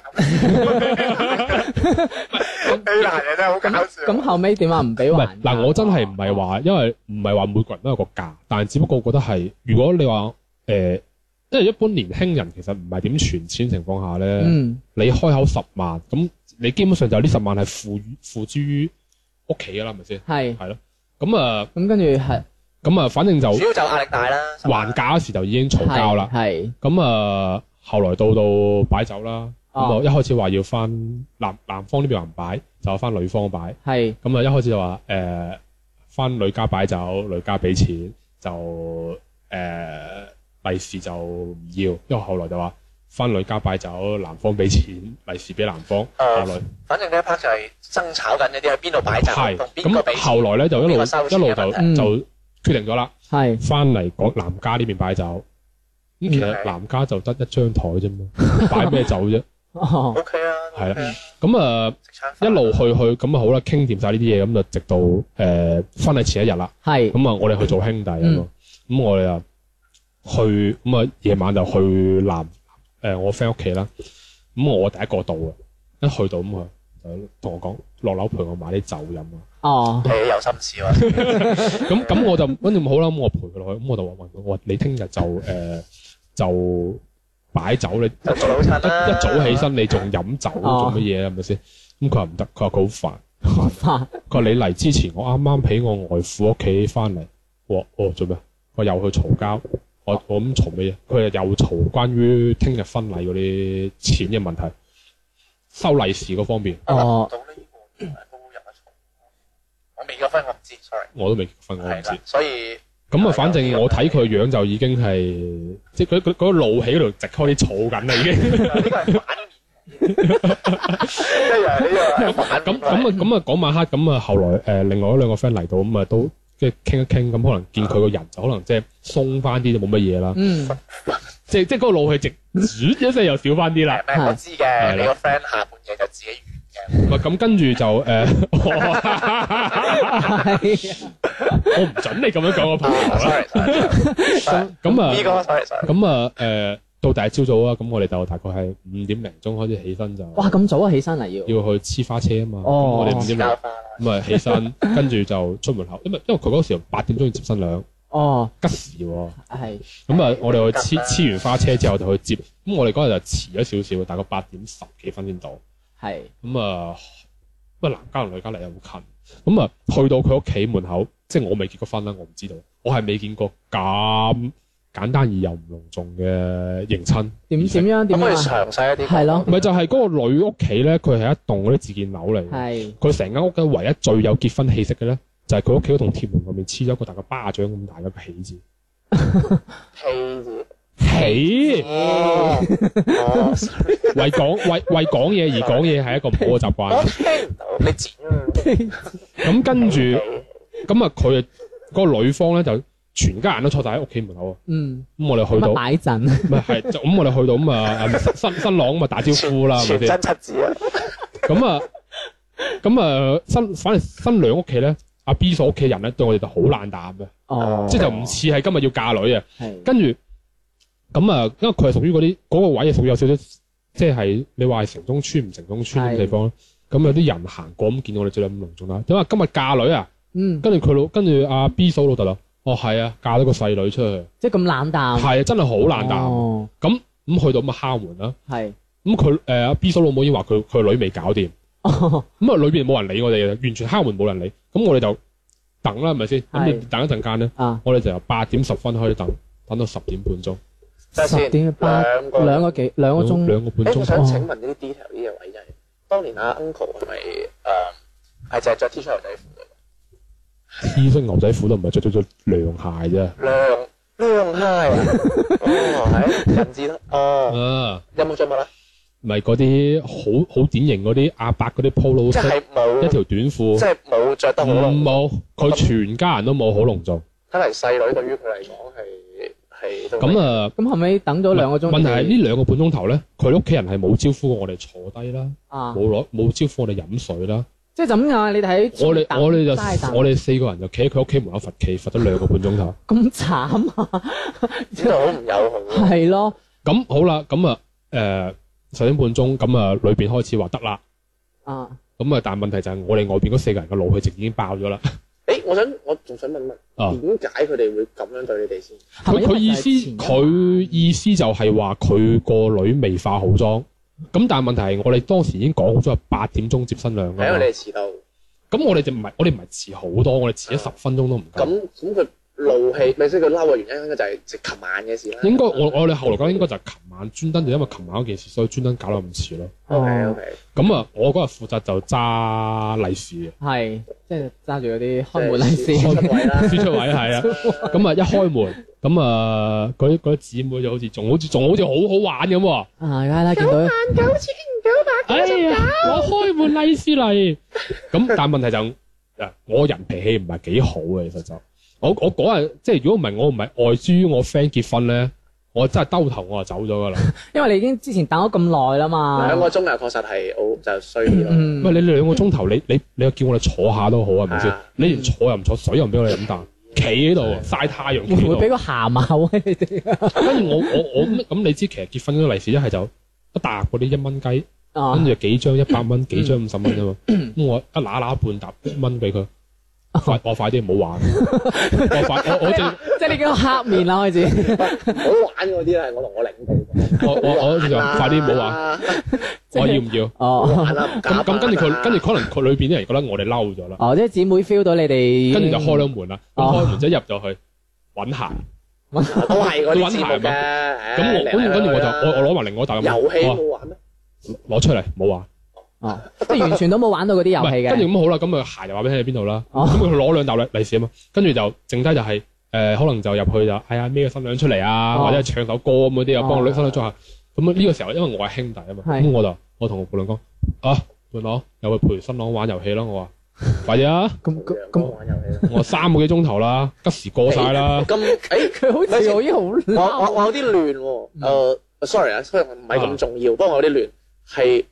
[SPEAKER 2] 呢男嘢真係好搞笑
[SPEAKER 1] 咁後尾點啊？唔俾
[SPEAKER 3] 唔
[SPEAKER 1] 還
[SPEAKER 3] 係
[SPEAKER 1] 價。哦
[SPEAKER 3] 嗱，我真係唔係話，因為唔係話每個人都有個價，但係只不過覺得係，如果你話誒，因為一般年輕人其實唔係點存錢情況下咧，
[SPEAKER 1] 嗯，
[SPEAKER 3] 你開口十萬，咁你基本上就呢十萬係付於付諸於屋企㗎啦，係咪先？
[SPEAKER 1] 係。
[SPEAKER 3] 係咯，咁啊，
[SPEAKER 1] 咁跟住係
[SPEAKER 3] 咁啊，反正就
[SPEAKER 2] 主要就壓力大啦，
[SPEAKER 3] 還價嗰時就已經嘈交啦。
[SPEAKER 1] 係
[SPEAKER 3] 咁啊，後來到到擺酒啦，
[SPEAKER 2] 啊
[SPEAKER 3] 咁
[SPEAKER 1] 哦
[SPEAKER 3] 我一開始話要翻男男方呢邊話唔擺，就翻女方擺。
[SPEAKER 1] 係
[SPEAKER 3] 咁啊，一開始就話誒翻女家擺酒，女家俾錢就呃誒利是就唔要，因為後來就話翻女家擺酒，男方俾錢，利是俾男方。
[SPEAKER 2] 哦
[SPEAKER 3] 後來
[SPEAKER 2] 反正呢一 part 就係爭吵緊嗰啲喺邊度擺酒，
[SPEAKER 3] 係
[SPEAKER 2] 同邊個俾
[SPEAKER 3] 咁，後來咧就一路
[SPEAKER 2] 邊個收
[SPEAKER 3] 一
[SPEAKER 2] 錢啊
[SPEAKER 3] 路
[SPEAKER 2] 嘅問題
[SPEAKER 3] 就就決定咗啦，
[SPEAKER 1] 係
[SPEAKER 3] 翻嚟講男家呢邊擺酒。咁其實
[SPEAKER 2] 嗯
[SPEAKER 3] 男家就得一張台啫嘛，擺咩酒啫？
[SPEAKER 1] 哦
[SPEAKER 2] O K 啊，
[SPEAKER 3] 係啊
[SPEAKER 2] OK 啊，
[SPEAKER 3] 咁啊，
[SPEAKER 2] 食餐飯
[SPEAKER 3] 一路去去咁啊好啦，傾掂晒呢啲嘢，咁就直到誒、呃婚禮前一日啦。
[SPEAKER 1] 係
[SPEAKER 3] 咁啊，我哋去做兄弟咁咯。咁、我哋啊去咁啊，夜晚就去男誒、呃我 friend 屋企啦。咁我第一個到嘅，一去到咁啊，就同我講落樓陪我買啲酒飲啊。
[SPEAKER 1] 哦
[SPEAKER 2] 你有心事喎，
[SPEAKER 3] 咁咁我就跟住好啦，咁我陪佢落去，咁我就話問佢：我話你聽日就誒、呃就擺酒你。
[SPEAKER 2] 就做老
[SPEAKER 3] 一
[SPEAKER 2] 襯啦。
[SPEAKER 3] 一早起，身你仲飲酒做乜嘢啊？係咪先？咁佢話唔得，佢話佢好煩。
[SPEAKER 1] 花
[SPEAKER 3] 佢話你嚟之前，我啱啱喺我外父屋企翻嚟，我話哦做咩？我又去嘈交，我我咁嘈咩嘢？佢又嘈關於聽日婚禮嗰啲錢嘅問題，收利是嗰方面
[SPEAKER 1] 哦
[SPEAKER 2] 到呢個原來都有得嘈。我未結婚，我唔知，sorry。
[SPEAKER 3] 我都未結婚，我唔
[SPEAKER 2] 係
[SPEAKER 3] 知
[SPEAKER 2] 啦。，所以
[SPEAKER 3] 咁啊，反正我睇佢樣就已經係即係佢佢佢怒氣嗰度直開啲儲緊啦，已經。
[SPEAKER 2] 呢個係反面，一樣呢個係反
[SPEAKER 3] 咁
[SPEAKER 2] 面
[SPEAKER 3] 咁啊咁啊嗰晚黑咁啊，後來誒、呃另外嗰兩個 friend 嚟到咁啊，都即係傾一傾，咁可能見佢個人就可能即係鬆翻啲，就冇乜嘢啦。
[SPEAKER 1] 嗯
[SPEAKER 3] 即係即係嗰個怒氣值，啜一聲又少翻啲啦。
[SPEAKER 2] 咩？我知嘅，
[SPEAKER 3] 係
[SPEAKER 2] 你個 friend 下半夜就自己完嘅。
[SPEAKER 3] 唔係咁跟住就誒，呃
[SPEAKER 1] 係
[SPEAKER 3] 我唔準你咁樣講 我朋友啦。
[SPEAKER 2] sorry sorry，sorry
[SPEAKER 3] 咁
[SPEAKER 2] 啊呢
[SPEAKER 3] 啊，
[SPEAKER 2] 個 sorry sorry，
[SPEAKER 3] 咁啊誒，到第二朝早啊，咁我哋就大概係五點零鐘開始起身就
[SPEAKER 1] 哇咁早啊起身嚟要
[SPEAKER 3] 要去黐花車啊嘛。咁
[SPEAKER 1] 哦
[SPEAKER 3] 我哋五點零
[SPEAKER 2] 交翻啦。
[SPEAKER 3] 咁啊起身， 跟住就出門口，因為因為佢嗰時八點鐘要接新娘，
[SPEAKER 1] 哦
[SPEAKER 3] 吉時喎。
[SPEAKER 1] 係
[SPEAKER 3] 咁啊，我哋去黐黐完花車之後就去接，咁我哋嗰日就遲咗少少，大概八點十幾分先到。
[SPEAKER 1] 係
[SPEAKER 3] 咁啊，咁啊男家同女家嚟又好近，咁啊去到佢屋企門口，即係我未結過婚啦，我唔知道，我係未見過咁簡單而又唔隆重嘅迎親。
[SPEAKER 1] 點點樣點
[SPEAKER 2] 咁我哋
[SPEAKER 1] 樣啊
[SPEAKER 2] 詳細一啲講。
[SPEAKER 1] 係咯
[SPEAKER 3] 咪就係嗰個女屋企咧，佢係一棟嗰啲自建樓嚟嘅，
[SPEAKER 1] 係
[SPEAKER 3] 佢成間屋嘅唯一最有結婚氣息嘅咧，就係佢屋企嗰棟鐵門外面黐咗一個大概巴掌咁大嘅一個喜字。
[SPEAKER 2] 氣字。
[SPEAKER 3] 喜
[SPEAKER 2] 哦哦
[SPEAKER 3] 為講為為講嘢而講嘢係一個唔好嘅習慣
[SPEAKER 2] 我。聽唔到，你剪啊！
[SPEAKER 3] 咁跟住咁啊，佢啊嗰個女方咧就全家人都坐晒喺屋企門口啊。
[SPEAKER 1] 嗯
[SPEAKER 3] 咁我哋去到
[SPEAKER 1] 乜，擺 陣
[SPEAKER 3] 咪係就咁我哋去到咁啊啊，新新郎咁啊打招呼啦，係
[SPEAKER 2] 全
[SPEAKER 3] 咪
[SPEAKER 2] 真
[SPEAKER 3] 先？
[SPEAKER 2] 七字啊！
[SPEAKER 3] 咁啊，咁啊新反正新娘屋企咧，阿 B 嫂屋企人咧對我哋就好冷淡嘅，
[SPEAKER 1] 哦
[SPEAKER 3] 即係就唔似係今日要嫁女啊。
[SPEAKER 1] 係
[SPEAKER 3] 跟住咁啊，因為佢係屬於嗰啲嗰個位係屬於有少少，即係你話係城中村唔城中村咁
[SPEAKER 1] 係
[SPEAKER 3] 地方。咁有啲人行過咁見到我哋最咁隆重啦，因為今日嫁女啊，
[SPEAKER 1] 嗯
[SPEAKER 3] 跟住佢老跟住阿 B 嫂老豆啦，哦係啊，嫁咗個細女出去，
[SPEAKER 1] 即係咁冷淡
[SPEAKER 3] 係啊真係好冷淡。
[SPEAKER 1] 嗯哦
[SPEAKER 3] 咁咁去到咁啊敲門啦，
[SPEAKER 1] 係
[SPEAKER 3] 咁佢誒阿 B 嫂老母已經話佢佢女未搞掂，
[SPEAKER 1] 哦
[SPEAKER 3] 咁啊裏邊冇人理我哋嘅，完全敲門冇人理，咁我哋就等啦，係咪先？咁你等一陣間咧，
[SPEAKER 1] 啊，
[SPEAKER 3] 我哋就由八點十分開始等，等到十點半鐘，
[SPEAKER 2] 等陣
[SPEAKER 1] 十
[SPEAKER 2] 先
[SPEAKER 1] 點八
[SPEAKER 2] 兩個
[SPEAKER 1] 兩個幾兩個
[SPEAKER 3] 兩
[SPEAKER 1] 鐘，哎
[SPEAKER 3] 兩個半
[SPEAKER 2] 誒，我想
[SPEAKER 3] 鐘。
[SPEAKER 2] 請問呢啲 detail 呢啲位就係，當年阿 uncle 係咪誒係就係着 T 恤牛仔褲
[SPEAKER 3] T 恤牛仔褲都唔係着咗咗涼鞋啫。
[SPEAKER 2] 嘅？涼涼鞋啊哦，係人字得哦，
[SPEAKER 3] 啊，
[SPEAKER 2] 有冇着襪啊？
[SPEAKER 3] 咪嗰啲好好典型嗰啲阿伯嗰啲 polo
[SPEAKER 2] 即
[SPEAKER 3] shirt，
[SPEAKER 2] 係
[SPEAKER 3] 一
[SPEAKER 2] 冇，
[SPEAKER 3] 條嗯短褲
[SPEAKER 2] 即。係冇着得好咯。
[SPEAKER 3] 唔冇，佢全家人都冇好隆重。
[SPEAKER 2] 睇嚟細女對於佢嚟講係係都
[SPEAKER 3] 咁啊，
[SPEAKER 1] 咁後尾等咗兩個鐘。
[SPEAKER 3] 問題係呢兩個半鐘頭咧，佢屋企人係冇招呼過我哋坐低啦，
[SPEAKER 1] 啊，
[SPEAKER 3] 冇攞冇招呼我哋飲水啦。
[SPEAKER 1] 即係就咁嗌你睇。
[SPEAKER 3] 我哋我哋
[SPEAKER 1] 齋等
[SPEAKER 3] 就我哋四個人就企喺佢屋企門口罰企，罰咗兩個半鐘頭。
[SPEAKER 1] 咁慘啊！
[SPEAKER 2] 真係好唔友好 啊。
[SPEAKER 1] 係咯，
[SPEAKER 3] 咁好啦，咁啊誒十點半鐘，咁啊裏邊開始話得啦。
[SPEAKER 1] 啊，
[SPEAKER 3] 咁啊，但係問題就係我哋外邊嗰四個人嘅腦佢直已經爆咗啦。
[SPEAKER 2] 誒，我想我仲想問問，
[SPEAKER 3] 啊，
[SPEAKER 2] 點解佢哋會咁樣對你哋先？
[SPEAKER 1] 係
[SPEAKER 3] 佢
[SPEAKER 1] 咪因
[SPEAKER 3] 佢
[SPEAKER 1] 為
[SPEAKER 3] 意
[SPEAKER 1] 就係
[SPEAKER 3] 思
[SPEAKER 1] 前一晚
[SPEAKER 3] 佢意思就係話佢個女未化好妝。咁但係問題係我哋當時已經講好咗係八點鐘接新娘㗎嘛
[SPEAKER 2] 係因啊為你哋啊遲到，
[SPEAKER 3] 咁我哋就唔係，我哋唔係遲好多，我哋遲咗十分鐘都唔夠。
[SPEAKER 2] 咁咁佢怒氣，咪即係佢嬲嘅原因應該就係即係琴晚嘅事啦。
[SPEAKER 3] 應該我我哋後來講應該就係琴晚專登就因為琴晚嗰件事，所以專登搞到咁遲咯。
[SPEAKER 2] OK OK，
[SPEAKER 3] 咁啊，我嗰日負責就揸利是
[SPEAKER 1] 係即係揸住嗰啲開門利是，
[SPEAKER 2] 出位啦
[SPEAKER 3] 嘅，，輸出位 係啊。咁啊，一開門，咁啊，嗰啲嗰啲姊妹就好似仲好似仲好似好好玩咁 喎。
[SPEAKER 1] 啊，梗係啦，見到
[SPEAKER 3] 哎呀，我開門利是嚟。咁但係問題就誒，我人脾氣唔係幾好嘅，其實就我我嗰日即係如果唔係我唔係外豬我 friend 結婚咧，我真係兜頭我就走咗㗎啦。
[SPEAKER 1] 因為你已經之前等咗咁耐啦嘛。
[SPEAKER 2] 兩個鐘又確實係好就衰啲咯。
[SPEAKER 1] 嗯
[SPEAKER 3] 喂，你兩個鐘頭，你你你又叫我哋坐下都好啊，係咪先
[SPEAKER 2] 啊？
[SPEAKER 3] 你連坐又唔坐，水又唔俾我哋飲啖，企喺度曬太陽，企
[SPEAKER 1] 會唔會俾
[SPEAKER 3] 喺度。
[SPEAKER 1] 個鹹口啊？ 你哋
[SPEAKER 3] 跟住我我 我咁咁，你知其實結婚嗰啲利是一係就一沓嗰啲一蚊雞，跟
[SPEAKER 1] 啊
[SPEAKER 3] 住幾張一百
[SPEAKER 2] 嗯
[SPEAKER 3] 蚊，幾張五十蚊啫嘛。咁我一揦揦半沓一 蚊俾佢，快我快啲唔好玩，我快我我就
[SPEAKER 1] 即係你見到黑面啦開始，
[SPEAKER 2] 唔好玩嗰啲係我同我領導
[SPEAKER 3] 我我我就話快啲唔好玩，
[SPEAKER 2] 玩，
[SPEAKER 3] 我要唔要？
[SPEAKER 1] 哦
[SPEAKER 2] 玩啦，唔
[SPEAKER 3] 咁咁跟住
[SPEAKER 2] 啊
[SPEAKER 3] 佢跟住可能佢裏邊啲人覺得我哋嬲咗啦，
[SPEAKER 1] 哦，即係姊妹 feel 到你哋，
[SPEAKER 3] 跟住就開咗門啦。咁
[SPEAKER 2] 哦
[SPEAKER 3] 開門即係入咗去揾鞋。
[SPEAKER 2] 都係嗰啲節目嘅。
[SPEAKER 3] 咁我跟住跟住我就我我攞埋另外一大
[SPEAKER 2] 遊戲
[SPEAKER 3] 我話
[SPEAKER 2] 冇玩咩？
[SPEAKER 3] 哦攞出嚟冇玩，
[SPEAKER 1] 哦，即係完全都冇玩到嗰啲
[SPEAKER 3] 唔
[SPEAKER 1] 遊戲
[SPEAKER 3] 係
[SPEAKER 1] 嘅，
[SPEAKER 3] 跟住咁好啦，咁啊鞋就話俾你聽喺邊度啦。
[SPEAKER 1] 哦
[SPEAKER 3] 咁佢攞兩沓利利是啊嘛，跟住就剩低就係誒可能就入去就哎呀孭個新娘出嚟啊，
[SPEAKER 1] 哦
[SPEAKER 3] 或者係唱首歌咁嗰啲啊，
[SPEAKER 1] 哦
[SPEAKER 3] 幫個女新娘做下。咁啊呢個時候因為我係兄弟啊嘛，
[SPEAKER 1] 係
[SPEAKER 3] 咁我就我同我伴娘講啊伴郎又去陪新郎玩遊戲啦，我話 快啲啊！
[SPEAKER 1] 咁咁咁，
[SPEAKER 2] 玩遊戲
[SPEAKER 3] 我話三個幾鐘 頭啦，吉時過晒啦。
[SPEAKER 2] 咁誒，
[SPEAKER 1] 佢好似我已經好
[SPEAKER 2] 我我
[SPEAKER 1] 嬲，
[SPEAKER 2] 我有啲亂喎。誒，sorry 啊，雖然唔係咁重要，不過我有啲亂，係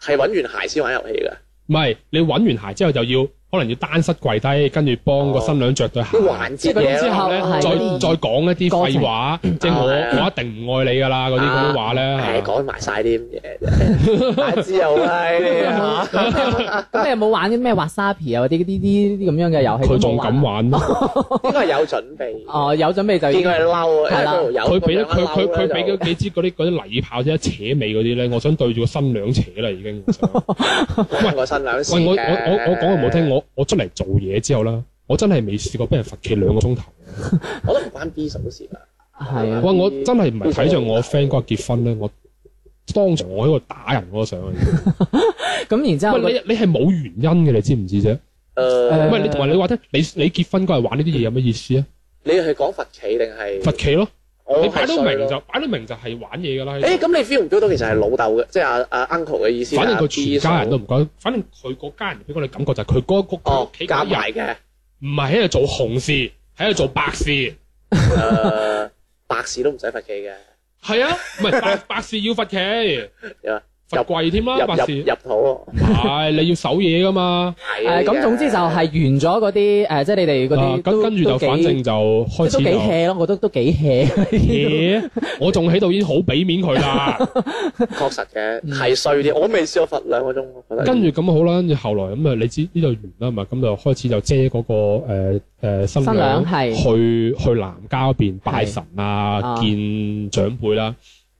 [SPEAKER 2] 係揾完鞋先玩遊戲嘅。
[SPEAKER 3] 唔係你揾完鞋之後就要可能要單膝跪低，跟住幫個新娘着對鞋
[SPEAKER 2] 啲。環節嘢
[SPEAKER 3] 之後咧，
[SPEAKER 1] 哦係
[SPEAKER 3] 再再講一啲廢話，即係我
[SPEAKER 2] 啊
[SPEAKER 3] 我一定唔愛你噶啦，嗰啲嗰啲話咧，
[SPEAKER 2] 係
[SPEAKER 3] 係啊
[SPEAKER 2] 講埋晒啲咁 嘢，大知又 啦呢啲啊
[SPEAKER 1] 咁你有冇玩啲咩滑沙皮啊或者呢啲呢啲咁樣嘅遊戲？
[SPEAKER 3] 佢仲敢玩，
[SPEAKER 2] 應該係有準備。
[SPEAKER 1] 哦，有準備就
[SPEAKER 2] 見
[SPEAKER 1] 已
[SPEAKER 2] 佢係嬲
[SPEAKER 1] 係啦
[SPEAKER 2] 啊，因為有
[SPEAKER 3] 佢俾
[SPEAKER 2] 咁
[SPEAKER 3] 咗
[SPEAKER 2] 樣
[SPEAKER 3] 佢
[SPEAKER 2] 嬲咧
[SPEAKER 3] 佢佢俾
[SPEAKER 2] 就
[SPEAKER 3] 咗幾支嗰啲嗰啲禮炮啫，一扯尾嗰啲咧，我想對住個新娘扯啦 已經。我想
[SPEAKER 2] 關個新娘事
[SPEAKER 3] 喂，我我
[SPEAKER 2] 嘅
[SPEAKER 3] 我我講句唔好聽，我我出嚟做嘢之後啦，我真係未試過俾人罰企兩個鐘頭。
[SPEAKER 2] 我都唔關 B 手事啦。
[SPEAKER 1] 係啊
[SPEAKER 2] 嗯
[SPEAKER 3] 喂，我真係唔係睇着我 friend 嗰日結婚咧，我當場我喺度打人嗰個相啊。
[SPEAKER 1] 咁，然之後
[SPEAKER 3] 喂，你你係冇原因嘅，你知唔知啫？
[SPEAKER 1] 誒
[SPEAKER 2] 誒，
[SPEAKER 3] 喂，你同埋你話聽，你你結婚嗰日玩呢啲嘢有乜意思啊？
[SPEAKER 2] 你係講罰企定係
[SPEAKER 3] 罰企咯。
[SPEAKER 2] 我
[SPEAKER 3] 你
[SPEAKER 2] 係
[SPEAKER 3] 擺到
[SPEAKER 2] 衰
[SPEAKER 3] 明
[SPEAKER 2] 咯
[SPEAKER 3] 就擺到明就係玩嘢㗎啦。
[SPEAKER 2] 誒，咁你 feel 唔 feel 到其實係老豆嘅，即係阿阿 uncle 嘅意思。
[SPEAKER 3] 反正
[SPEAKER 2] 阿
[SPEAKER 3] 佢
[SPEAKER 2] B
[SPEAKER 3] 全家人都唔關，反正佢個家人俾我哋感覺就係佢嗰個佢
[SPEAKER 2] 哦
[SPEAKER 3] 屋企
[SPEAKER 2] 夾
[SPEAKER 3] 嗰啲
[SPEAKER 2] 埋
[SPEAKER 3] 人
[SPEAKER 2] 嘅，
[SPEAKER 3] 唔係喺度做紅事，喺度做白事。
[SPEAKER 2] 誒白事都唔使罰企嘅，
[SPEAKER 3] 係啊，唔係白 白事要罰企
[SPEAKER 2] 點啊，
[SPEAKER 3] 罰跪添啦，白
[SPEAKER 2] 入
[SPEAKER 3] 事
[SPEAKER 2] 入入土
[SPEAKER 3] 唔係你要守嘢㗎嘛。
[SPEAKER 2] 係啊
[SPEAKER 1] 誒咁總之就係完咗嗰啲誒，即係你哋嗰
[SPEAKER 3] 啊
[SPEAKER 1] 啲
[SPEAKER 3] 咁
[SPEAKER 1] 都
[SPEAKER 3] 跟住
[SPEAKER 1] 都
[SPEAKER 3] 就
[SPEAKER 1] 幾
[SPEAKER 3] 反正就
[SPEAKER 1] 即係
[SPEAKER 3] 開
[SPEAKER 1] 都
[SPEAKER 3] 始
[SPEAKER 1] 幾
[SPEAKER 3] 就
[SPEAKER 1] hea 咯，我覺得都幾 hea。
[SPEAKER 3] hea 我仲喺度已經好俾面佢啦。
[SPEAKER 2] 確實嘅係衰啲，我未試過罰兩個鐘，我覺得
[SPEAKER 3] 跟住咁好啦，跟住後來咁啊，你知呢度完啦嘛，咁就開始就遮嗰、個誒、呃新
[SPEAKER 1] 新娘
[SPEAKER 3] 娘
[SPEAKER 1] 係
[SPEAKER 3] 去去南郊嗰邊拜神
[SPEAKER 1] 啊
[SPEAKER 3] 啊，見長輩啦。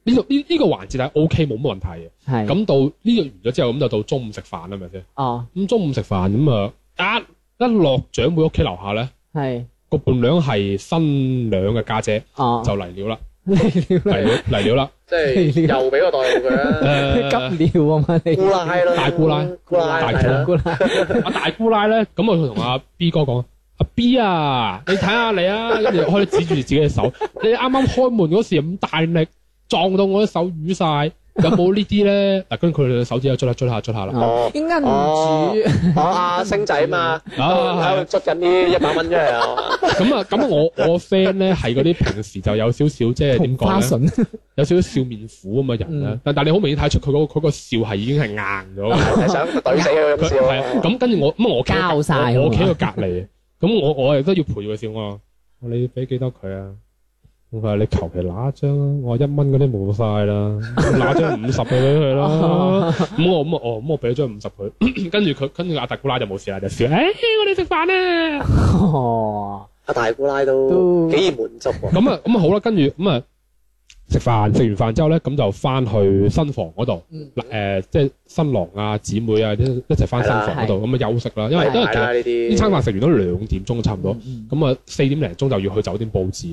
[SPEAKER 3] 呢度呢呢個環節係 O K 冇乜問題嘅。
[SPEAKER 1] 係
[SPEAKER 3] 咁到呢度完咗之後，咁就到中午食飯啦，係咪先？
[SPEAKER 1] 哦，
[SPEAKER 3] 咁中午食飯咁啊，啊一落長輩屋企樓下咧，
[SPEAKER 1] 係
[SPEAKER 3] 個伴娘係新娘嘅家姐
[SPEAKER 1] 哦，
[SPEAKER 3] 就嚟了啦，
[SPEAKER 1] 你
[SPEAKER 3] 嚟了嚟 了啦，呃
[SPEAKER 2] 即係又俾個代號佢啦，
[SPEAKER 3] 誒
[SPEAKER 1] 急尿啊嘛你，
[SPEAKER 2] 姑奶啦，
[SPEAKER 3] 大姑奶
[SPEAKER 2] 姑奶
[SPEAKER 3] 大
[SPEAKER 2] 係啦
[SPEAKER 3] 姑阿大姑奶咧，咁啊佢同阿 B 哥講：阿 B 啊，你睇下你啊，跟住開始指住自己嘅手， 你啱啱開門嗰時咁大力撞到我啲手瘀晒，有冇呢 啲咧？嗱，跟住佢哋手指又捽下捽下捽下啦，
[SPEAKER 1] 哦摁住，
[SPEAKER 2] 我阿星仔嘛，
[SPEAKER 3] 啊
[SPEAKER 2] 喺度捽緊呢一百蚊出嚟啊！
[SPEAKER 3] 咁啊，咁我我 friend 咧係嗰啲平時就有少少即係點
[SPEAKER 1] 同花
[SPEAKER 3] 講咧，
[SPEAKER 1] 順
[SPEAKER 3] 有少少笑面虎咁嘅人咧
[SPEAKER 1] 嗯，
[SPEAKER 3] 但但你好明顯睇得出佢嗰個佢個笑係已經係硬咗。
[SPEAKER 2] 係想懟死佢
[SPEAKER 3] 佢
[SPEAKER 2] 咁
[SPEAKER 3] 係啊
[SPEAKER 2] 笑，
[SPEAKER 3] 咁跟住我咁我企喺隔
[SPEAKER 1] 交晒
[SPEAKER 3] 我我企
[SPEAKER 1] 係
[SPEAKER 3] 喺
[SPEAKER 1] 嘛
[SPEAKER 3] 佢隔離，咁我我亦都要陪佢笑我話。我你俾幾多佢啊？佢話你求其拿一張啦，我話一蚊嗰啲冇晒啦，拿張五十嘅俾佢啦。咁我咁我哦咁我俾咗張五十佢， 跟住佢跟住阿特古拉就冇事啦，就笑誒我哋食飯啊啦。
[SPEAKER 1] 哦，
[SPEAKER 2] 阿大姑奶都
[SPEAKER 1] 都
[SPEAKER 2] 幾易滿足喎。
[SPEAKER 3] 咁啊咁啊好啦，跟住咁啊食飯，食完飯之後咧，咁就翻去新房嗰度，
[SPEAKER 1] 嗯
[SPEAKER 3] 嗱誒、即係新郎啊、姊妹啊一一齊翻新房嗰度，咁啊休息啦，因為因為
[SPEAKER 2] 係
[SPEAKER 3] 其實
[SPEAKER 2] 啦呢啲
[SPEAKER 3] 呢餐飯食完都兩點鐘差唔多，
[SPEAKER 1] 嗯
[SPEAKER 3] 咁啊四點零鐘就要去酒店佈置。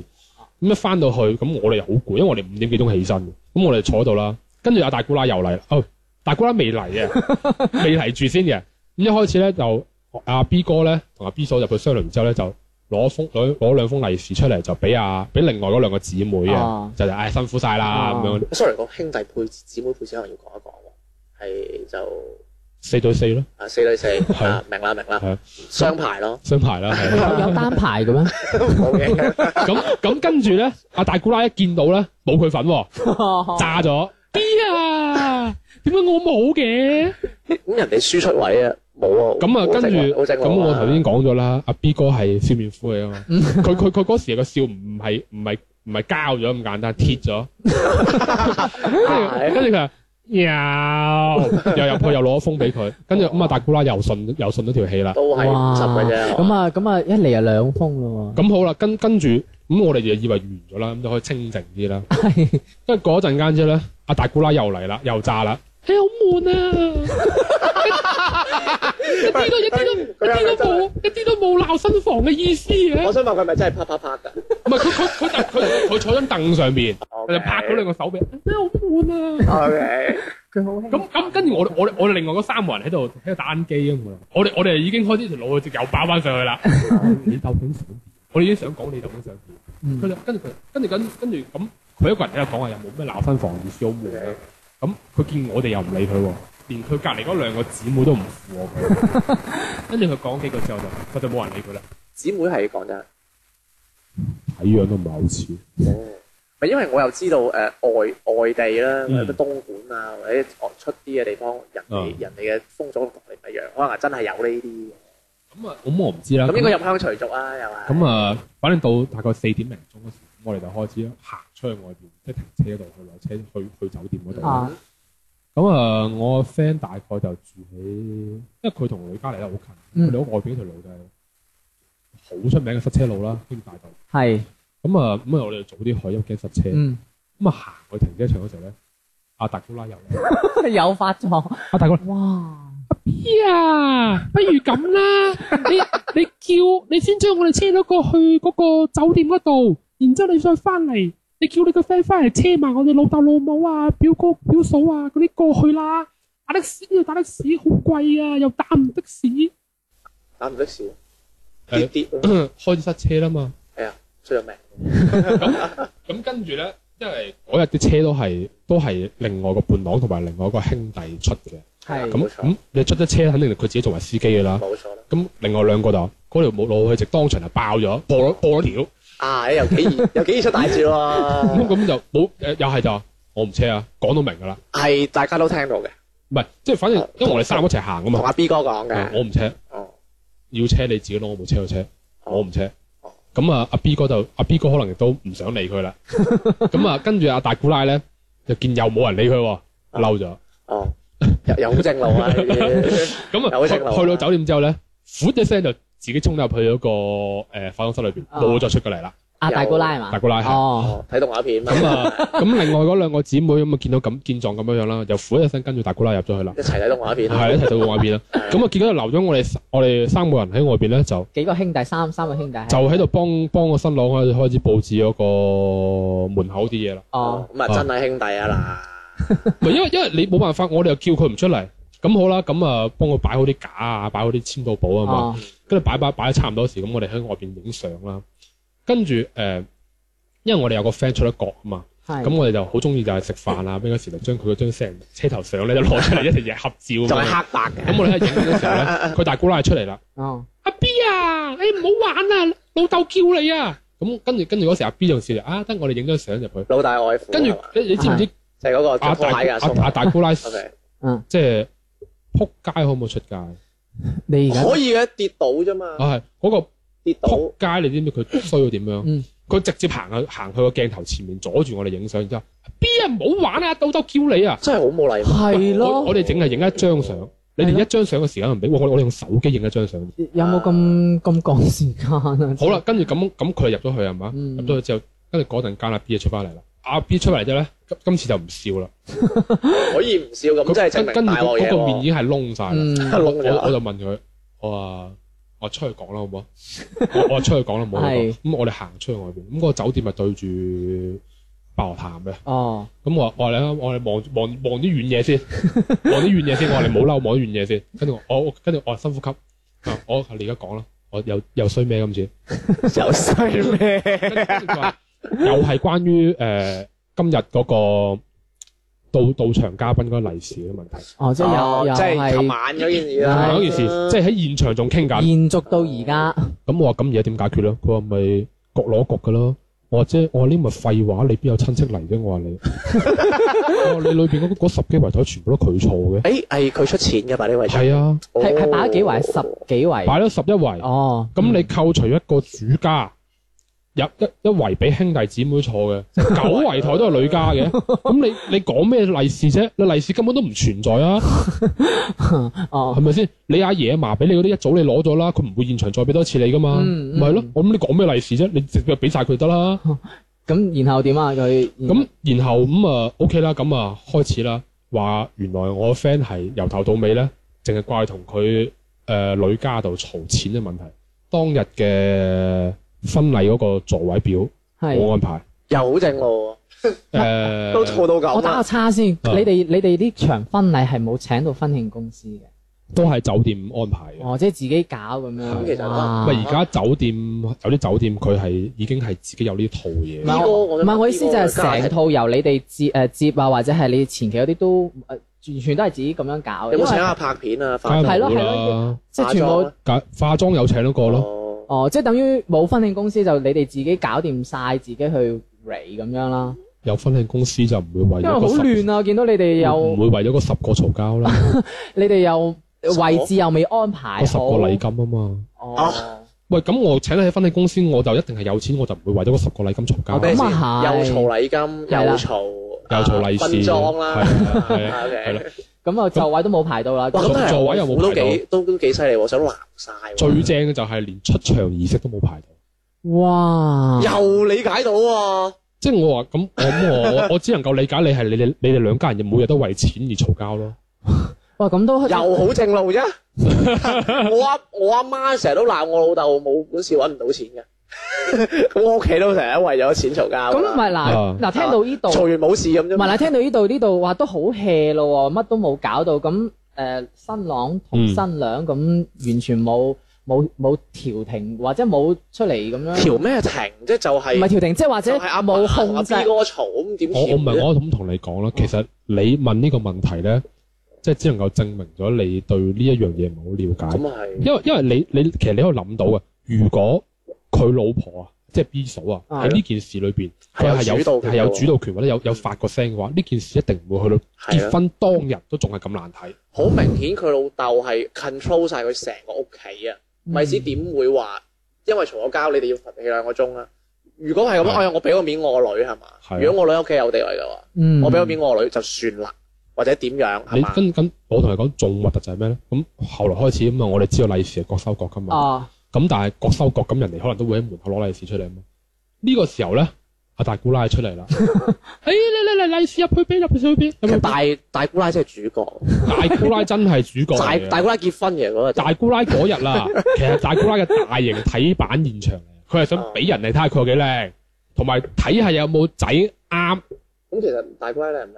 [SPEAKER 3] 咁一翻到去，咁我哋又好攰，因為我哋五點幾鐘起身，咁我哋坐喺度啦。跟住阿大姑乸又嚟啦，哦，大姑乸未嚟嘅，未嚟住先嘅。咁一開始咧就阿 B 哥咧同阿 B 嫂入去商量，然之後咧就攞封攞攞兩封利是出嚟，就俾阿俾另外嗰兩個姊妹啊
[SPEAKER 1] 哦，
[SPEAKER 3] 就就唉辛苦晒啦
[SPEAKER 1] 哦
[SPEAKER 3] 咁樣，
[SPEAKER 2] sorry，講兄弟配姊妹配置可能要講一講喎，係就
[SPEAKER 3] 四對四咯，
[SPEAKER 2] 啊四對四
[SPEAKER 3] 係
[SPEAKER 2] 啊，明啦明啦
[SPEAKER 3] 係，
[SPEAKER 2] 雙排 咯，
[SPEAKER 3] 雙排啦，係。
[SPEAKER 1] 有有單牌嘅咩？
[SPEAKER 2] 冇嘅，
[SPEAKER 3] 咁咁跟住咧，阿大姑乸一見到咧冇佢份喎。炸咗。B 啊，點解我冇嘅？
[SPEAKER 2] 咁人哋輸出位啊，冇啊，
[SPEAKER 3] 咁啊，
[SPEAKER 2] 好
[SPEAKER 3] 跟
[SPEAKER 2] 正
[SPEAKER 3] 住
[SPEAKER 2] 好正
[SPEAKER 3] 咁，我頭先講咗啦，阿 B 哥係笑面虎嚟啊 嘛。佢佢佢嗰時個笑唔係唔係唔係膠咗咁簡單，鐵咗。跟住跟 住佢話又又入去又攞封俾佢，跟住咁啊大姑乸又順又順咗條氣啦。
[SPEAKER 2] 都係五十嘅啫，
[SPEAKER 1] 咁啊咁啊，一嚟就兩封咯
[SPEAKER 3] 咁好啦，跟跟住咁我哋就以為完咗啦，咁就可以清靜啲啦。
[SPEAKER 1] 喎，係
[SPEAKER 3] 跟住嗰陣間之後咧，阿大姑乸又嚟啦，又炸啦。唉，哎好悶啊！一啲都一啲都一啲都冇一啲都冇鬧新房嘅意思嘅。
[SPEAKER 2] 我想問佢係咪真係啪啪啪㗎？
[SPEAKER 3] 唔係佢佢佢就佢佢坐張凳上面，佢就拍咗兩個手臂，真係好悶啊！
[SPEAKER 2] O K，
[SPEAKER 1] 佢好
[SPEAKER 3] 咁咁跟住我哋我哋我哋另外嗰三個人喺度喺度打緊機啊嘛，我哋我哋已經開始條腦又爆翻上去啦。你究竟想點？我哋已經想講你究竟想點？佢就跟住佢，跟住跟跟住咁，佢一個人喺度講話又冇咩鬧新房意思，好悶啊！咁佢見我哋又唔理佢喎，連佢隔離嗰兩個姊妹都唔附和佢。 跟住佢講幾句之後就，佢就冇人理佢啦。
[SPEAKER 2] 姊妹係講真。
[SPEAKER 3] 睇樣都唔係好似。
[SPEAKER 2] 咪因為我又知道誒、呃外外地啦，
[SPEAKER 3] 嗯
[SPEAKER 2] 或者東莞啊，或者外出啲嘅地方，人哋、
[SPEAKER 3] 啊
[SPEAKER 2] 人哋嘅風俗同你唔一樣，可能真係有呢啲嘅。
[SPEAKER 3] 咁啊，咁我唔知啦。
[SPEAKER 2] 咁應該入鄉隨俗啊，又話。
[SPEAKER 3] 咁啊，反正到大概四點零鐘嗰時，咁我哋就開始行出去外邊，即係停車嗰度去攞車去去酒店嗰度啦。
[SPEAKER 1] 啊
[SPEAKER 3] 咁啊，我 friend 大概就住喺，因為佢同女家離得好近，
[SPEAKER 1] 嗯
[SPEAKER 3] 佢哋喺外邊嗰條路就係好出名嘅塞車路啦，跟住大道。
[SPEAKER 1] 係
[SPEAKER 3] 咁啊，咁啊，我哋就早啲去，因為驚塞車。
[SPEAKER 1] 嗯
[SPEAKER 3] 咁啊，行去停車場嗰時候咧，阿達姑拉又嚟，
[SPEAKER 1] 有發作，
[SPEAKER 3] 阿達姑拉
[SPEAKER 1] 哇！
[SPEAKER 3] 啊，不如咁 啦，你你叫你先將我哋車咗過去嗰個酒店嗰度，然之後你再翻嚟，你叫你個 friend 翻嚟車埋我哋老豆老母啊、表哥表嫂啊嗰啲過去啦。打的士要打的士好貴啊，又打唔的士。
[SPEAKER 2] 打唔得少，
[SPEAKER 3] 誒
[SPEAKER 2] 啲啲咯
[SPEAKER 3] 開始塞車啦嘛，
[SPEAKER 2] 係啊，出咗名。
[SPEAKER 3] 咁跟住咧，因為嗰日啲車都係都係另外個伴郎同埋另外一個兄弟出嘅，
[SPEAKER 1] 係
[SPEAKER 3] 咁
[SPEAKER 2] 冇
[SPEAKER 3] 咁
[SPEAKER 2] 錯
[SPEAKER 3] 你出咗車，肯定係佢自己作為司機噶啦。
[SPEAKER 2] 冇 錯啦。
[SPEAKER 3] 咁另外兩個就嗰條冇路佢直當場就爆咗，破咗破咗條。
[SPEAKER 2] 啊，你又幾易又幾易出大招
[SPEAKER 3] 咁
[SPEAKER 2] 喎？
[SPEAKER 3] 咁就冇誒，又係就話我唔車啊，講到明㗎啦，
[SPEAKER 2] 係大家都聽到嘅，
[SPEAKER 3] 唔係即係反正因為我哋三個一齊行㗎
[SPEAKER 2] 同
[SPEAKER 3] 嘛，
[SPEAKER 2] 阿 B 哥講
[SPEAKER 3] 誒
[SPEAKER 2] 嘅。
[SPEAKER 3] 我唔車，
[SPEAKER 2] 哦，
[SPEAKER 3] 要車你自己攞我部車去車，我唔車
[SPEAKER 2] 哦。
[SPEAKER 3] 咁啊，阿 B 哥就阿 B 哥可能亦都唔想理 佢啦。咁啊，跟住阿大姑奶咧就見又冇人理佢喎，嬲咗。
[SPEAKER 2] 哦，又又好正路啊！呢 啲
[SPEAKER 3] 咁啊，
[SPEAKER 2] 有
[SPEAKER 3] 去
[SPEAKER 2] 正路啊
[SPEAKER 3] 去到酒店之後咧，呼一聲就自己衝入去嗰個誒化妝室裏邊，
[SPEAKER 1] 啊
[SPEAKER 3] 冇再出過嚟啦。
[SPEAKER 1] 啊大姑奶係嘛？
[SPEAKER 3] 大姑奶係
[SPEAKER 1] 哦，
[SPEAKER 2] 哦，睇動畫片嘛，
[SPEAKER 3] 咁 啊，咁另外嗰兩個姊妹咁啊，見到咁健壯咁樣樣啦，就苦一聲跟住大姑奶入咗去啦，
[SPEAKER 2] 一齊睇動畫片
[SPEAKER 3] 係一齊到外邊啦。咁啊，結果就留咗我哋我哋三個人喺外邊咧，就
[SPEAKER 1] 幾個兄弟，三三個兄弟喺
[SPEAKER 3] 就喺度幫幫個新郎開開始佈置嗰個門口啲嘢啦。
[SPEAKER 1] 哦，
[SPEAKER 2] 咁啊真係兄弟啊
[SPEAKER 3] 唔係因為因為你冇辦法，我哋又叫佢唔出嚟。咁好啦，咁啊幫佢擺好啲架啊，擺好啲簽到簿啊嘛。
[SPEAKER 1] 哦，
[SPEAKER 3] 跟住擺擺擺得差唔多時，咁我哋喺外邊影相啦。跟住誒、呃因為我哋有個 friend 出咗國啊嘛，
[SPEAKER 1] 係
[SPEAKER 3] 咁我哋就好中意就係食飯 啊，咩嗰時就將佢嗰張成車頭相咧就攞出嚟一齊影合照
[SPEAKER 2] 嗱，
[SPEAKER 3] 咁
[SPEAKER 2] 就係
[SPEAKER 3] 樣。
[SPEAKER 2] 黑白嘅。
[SPEAKER 3] 咁我哋喺影嘅時候 咧，佢大姑奶出嚟啦，
[SPEAKER 1] 哦，
[SPEAKER 3] 阿 B 啊，你唔好玩啊，老豆叫你啊。咁跟住跟住嗰時阿 B 就笑就啊，得我哋影張相入去。
[SPEAKER 2] 老大外父，
[SPEAKER 3] 跟住你你知 唔知
[SPEAKER 2] 就係嗰個
[SPEAKER 3] 阿
[SPEAKER 2] 阿
[SPEAKER 3] 大
[SPEAKER 2] 大嘅叔
[SPEAKER 3] 阿阿大 姑奶
[SPEAKER 2] OK
[SPEAKER 3] 即係撲街可唔可以出街？啊
[SPEAKER 1] 你而家
[SPEAKER 2] 可以嘅，跌倒啫嘛，
[SPEAKER 3] 啊係嗰個
[SPEAKER 2] 跌倒
[SPEAKER 3] 仆街，你知唔知佢衰到點
[SPEAKER 1] 嗯
[SPEAKER 3] 樣？佢直接行去行去個鏡頭前面阻住我哋影相，然之後 B 啊唔好玩啊，兜兜叫你啊！
[SPEAKER 2] 真係好冇禮貌。
[SPEAKER 1] 係
[SPEAKER 3] 我
[SPEAKER 1] 咯，
[SPEAKER 3] 我哋整係影一張相，你
[SPEAKER 1] 係咯
[SPEAKER 3] 哋一張相嘅時間唔俾，我我哋用手機影一張相。
[SPEAKER 1] 有冇咁咁趕時間啊？
[SPEAKER 3] 好啦，，跟住咁咁佢哋入咗去係嘛？
[SPEAKER 1] 嗯
[SPEAKER 3] 入咗去之後，跟住嗰陣間阿 B 就出翻嚟啦。阿 B 出翻嚟之後咧，今今次就唔笑啦。
[SPEAKER 2] 可以唔笑咁，真係證
[SPEAKER 3] 跟跟
[SPEAKER 2] 明
[SPEAKER 3] 住
[SPEAKER 2] 大鑊
[SPEAKER 3] 嗰
[SPEAKER 2] 嘢
[SPEAKER 3] 個 面已
[SPEAKER 2] 喎。
[SPEAKER 3] 經係窿晒啦。
[SPEAKER 1] 嗯，
[SPEAKER 2] 窿
[SPEAKER 3] 我
[SPEAKER 2] 咗
[SPEAKER 3] 我我就問佢，我話我出去講啦，好唔好？我我出去講啦，冇
[SPEAKER 1] 係
[SPEAKER 3] 咁我哋行出去外邊，咁、個酒店咪對住白鵝潭嘅。
[SPEAKER 1] 哦，
[SPEAKER 3] 咁我話我話你啊我哋望望望啲遠嘢 先，望啲遠嘢先。我話你冇嬲，望啲遠嘢先。跟住我我跟住我話深呼吸。啊我話你而家講啦，我又又衰咩今次？
[SPEAKER 1] Ờ.
[SPEAKER 2] 有衰咩？
[SPEAKER 3] 跟住跟住佢 話又係關於誒、呃今日嗰、個到到場嘉賓嗰個利是嘅問題。
[SPEAKER 1] 哦，即係
[SPEAKER 2] 哦
[SPEAKER 1] 有又
[SPEAKER 2] 即係琴
[SPEAKER 1] 係
[SPEAKER 2] 晚嗰件事
[SPEAKER 1] 係
[SPEAKER 2] 啦，
[SPEAKER 3] 嗰件事即係喺現場仲傾緊。
[SPEAKER 1] 延續到而家，
[SPEAKER 3] 咁我話咁而家點解決咧？佢話咪各攞各噶咯。我話啫，我話呢咪廢話，你邊有親戚嚟啫？我話 你，我話你裏邊嗰嗰十幾圍台全部都佢錯嘅。
[SPEAKER 2] 誒係佢出錢嘅吧？呢位
[SPEAKER 3] 係啊，
[SPEAKER 1] 係係擺咗幾圍，
[SPEAKER 2] 哦
[SPEAKER 1] 十幾圍，
[SPEAKER 3] 擺咗十一圍，
[SPEAKER 1] 哦，
[SPEAKER 3] 咁你扣除一個主家，有一一圍俾兄弟姊妹錯 嘅，九圍台都係女家嘅。咁你你講咩利是啫？你利是根本都唔存在啊，
[SPEAKER 1] 哦 Ờ.
[SPEAKER 3] 係，咪先？你阿爺阿嫲俾你嗰啲一早你攞咗啦，佢唔會現場再俾多次你噶嘛，
[SPEAKER 1] 嗯嗯
[SPEAKER 3] 咪係咯？我咁你講咩利是啫？你直接俾晒佢得啦。
[SPEAKER 1] 咁然後點啊？佢
[SPEAKER 3] 咁然後咁啊 OK 啦，咁啊開始啦，話原來我 friend 係由頭到尾咧，淨係掛同佢誒女家度嘈錢嘅問題。當日嘅婚禮嗰個座位表冇
[SPEAKER 1] 係
[SPEAKER 3] 安排，呃
[SPEAKER 2] 又正喎，
[SPEAKER 3] 誒
[SPEAKER 2] 都錯到咁啦。
[SPEAKER 1] 我打個叉先，你
[SPEAKER 3] 啊
[SPEAKER 1] 哋你哋呢場婚禮係冇請到婚慶公司嘅，
[SPEAKER 3] 都係酒店安排嘅。
[SPEAKER 1] 哦，即係自己搞咁樣，
[SPEAKER 2] 咁其實
[SPEAKER 1] 哇
[SPEAKER 2] 啊
[SPEAKER 3] 咪而家酒店有啲酒店佢係已經係自己有呢套嘢
[SPEAKER 1] 唔，係
[SPEAKER 2] 呢個
[SPEAKER 1] 我
[SPEAKER 2] 我
[SPEAKER 1] 唔係我意思就係
[SPEAKER 2] 呢個
[SPEAKER 1] 成套由你哋接誒接啊，或者係你前期嗰啲都誒完全都係自己咁樣搞嘅，
[SPEAKER 2] 有
[SPEAKER 1] 因
[SPEAKER 2] 冇請
[SPEAKER 1] 為
[SPEAKER 2] 下拍片啊？
[SPEAKER 3] 梗
[SPEAKER 2] 化
[SPEAKER 3] 係
[SPEAKER 1] 係咯
[SPEAKER 3] 冇
[SPEAKER 1] 係咯
[SPEAKER 3] 啦。
[SPEAKER 1] 即係全部
[SPEAKER 3] 梗化妝有請到個咯，
[SPEAKER 2] 咯。
[SPEAKER 1] 哦，即係等於冇婚慶公司就你哋自己搞掂晒，自己去嚟咁樣啦，
[SPEAKER 3] 有婚慶公司就唔會為
[SPEAKER 1] 因為
[SPEAKER 3] 咗
[SPEAKER 1] 好
[SPEAKER 3] 個十嗯
[SPEAKER 1] 亂啊！見到你哋
[SPEAKER 3] 唔
[SPEAKER 1] 又
[SPEAKER 3] 會為咗個十個嘈交啦，
[SPEAKER 1] 你哋又
[SPEAKER 2] 十個
[SPEAKER 1] 位置又未安排
[SPEAKER 3] 嗰十個
[SPEAKER 1] 好，
[SPEAKER 3] 禮金啊嘛。
[SPEAKER 1] 哦，
[SPEAKER 3] 喂，咁我請你喺婚禮公司，我就一定係有錢，我就唔會為咗個十個禮金嘈交。
[SPEAKER 2] 我
[SPEAKER 1] 咁
[SPEAKER 2] 咩先？
[SPEAKER 1] 啊係
[SPEAKER 2] 又嘈禮金，
[SPEAKER 1] 係啦
[SPEAKER 2] 又嘈
[SPEAKER 3] 又嘈利是，
[SPEAKER 2] 分裝啦，
[SPEAKER 3] 係啊，
[SPEAKER 2] OK
[SPEAKER 3] 係啦。
[SPEAKER 1] 咁啊座位都冇排到啦，
[SPEAKER 2] 哇！
[SPEAKER 3] 咁
[SPEAKER 2] 咁係
[SPEAKER 3] 座位有冇
[SPEAKER 2] 都
[SPEAKER 3] 排到
[SPEAKER 2] 幾都都幾犀利喎，想攬晒喎。
[SPEAKER 3] 最正嘅就係連出場儀式都冇排到，
[SPEAKER 1] 哇！
[SPEAKER 2] 又理解 到喎，
[SPEAKER 3] 即係我話咁，我咁我我只能夠理解你係你哋你哋兩家人每日都為錢而嘈交咯。
[SPEAKER 1] 哇咁都
[SPEAKER 2] 又好正 路啫。我阿我阿媽成日都鬧我老豆冇本事揾唔到錢嘅， 咁我屋企都成日為咗錢嘈交㗎啦。
[SPEAKER 1] 咁咪嗱
[SPEAKER 3] 啊
[SPEAKER 1] 嗱聽到呢度。
[SPEAKER 2] 嘈完冇事咁啫
[SPEAKER 1] 唔係
[SPEAKER 2] 嘛。
[SPEAKER 1] 啦，聽到呢度呢度，哇，都好 hea 咯喎，乜都冇搞到，咁誒、呃新郎同
[SPEAKER 3] 嗯
[SPEAKER 1] 新娘咁、完全冇冇冇調停，或者冇出嚟咁樣，
[SPEAKER 2] 調咩停啫？就
[SPEAKER 1] 唔係
[SPEAKER 2] 係
[SPEAKER 1] 調停，即係或
[SPEAKER 2] 就
[SPEAKER 1] 者
[SPEAKER 2] 係阿
[SPEAKER 1] 冇控制
[SPEAKER 2] 阿 B 哥嘈咁點
[SPEAKER 3] 我我
[SPEAKER 2] 調
[SPEAKER 3] 唔係
[SPEAKER 2] 啫？
[SPEAKER 3] 我咁同你講啦，其實你問呢個問題咧，即係只能夠證明咗你對呢一樣嘢唔好了解。
[SPEAKER 2] 咁啊係
[SPEAKER 3] 因為因為你你其實你可以諗到嘅，如果佢老婆啊，即係 B 嫂啊，
[SPEAKER 1] 啊
[SPEAKER 3] 喺呢件事裏邊，
[SPEAKER 2] 係
[SPEAKER 3] 佢
[SPEAKER 2] 有
[SPEAKER 3] 係有
[SPEAKER 2] 主導權嘅
[SPEAKER 3] 係有
[SPEAKER 2] 喎
[SPEAKER 3] 主導權或者有有發過聲嘅話，呢件事一定唔會去到
[SPEAKER 2] 係啊
[SPEAKER 3] 結婚當日都仲係咁難睇。
[SPEAKER 2] 好明顯，佢老豆係 control 晒佢成個屋企啊！
[SPEAKER 1] 嗯
[SPEAKER 2] 咪知點會話，因為嘈咗交，你哋要罰你兩個鐘啦。如果係咁，
[SPEAKER 3] 係
[SPEAKER 2] 哎呀，我俾個面我個女係嘛
[SPEAKER 3] 係？啊
[SPEAKER 2] 如果我女喺屋企有地位嘅話，
[SPEAKER 1] 嗯
[SPEAKER 2] 我俾個面我個女就算啦，或者點樣係
[SPEAKER 3] 你
[SPEAKER 2] 嘛？
[SPEAKER 3] 跟跟我同你講，仲核突就係咩咧？咁後來開始咁啊，我哋知道利是係各收各噶嘛。
[SPEAKER 1] 啊，
[SPEAKER 3] 咁但係各收各，咁人哋可能都會喺門口攞利是出嚟啊嘛。呢個時候咧，阿大姑奶出 嚟啦，哎誒嚟嚟嚟利是入去俾入去入去俾，
[SPEAKER 2] 其實大大姑奶真係主角，
[SPEAKER 3] 大姑奶真係主角
[SPEAKER 2] 大
[SPEAKER 3] 嚟嘅
[SPEAKER 2] 大姑奶結婚嘅嗰日就，
[SPEAKER 3] 大姑奶嗰 日啦，其實大姑奶嘅大型睇板現場嚟，佢係
[SPEAKER 2] 啊
[SPEAKER 3] 想俾人哋睇下佢有幾靚，同埋睇下有冇仔啱，
[SPEAKER 2] 咁其實大姑奶靚唔靚？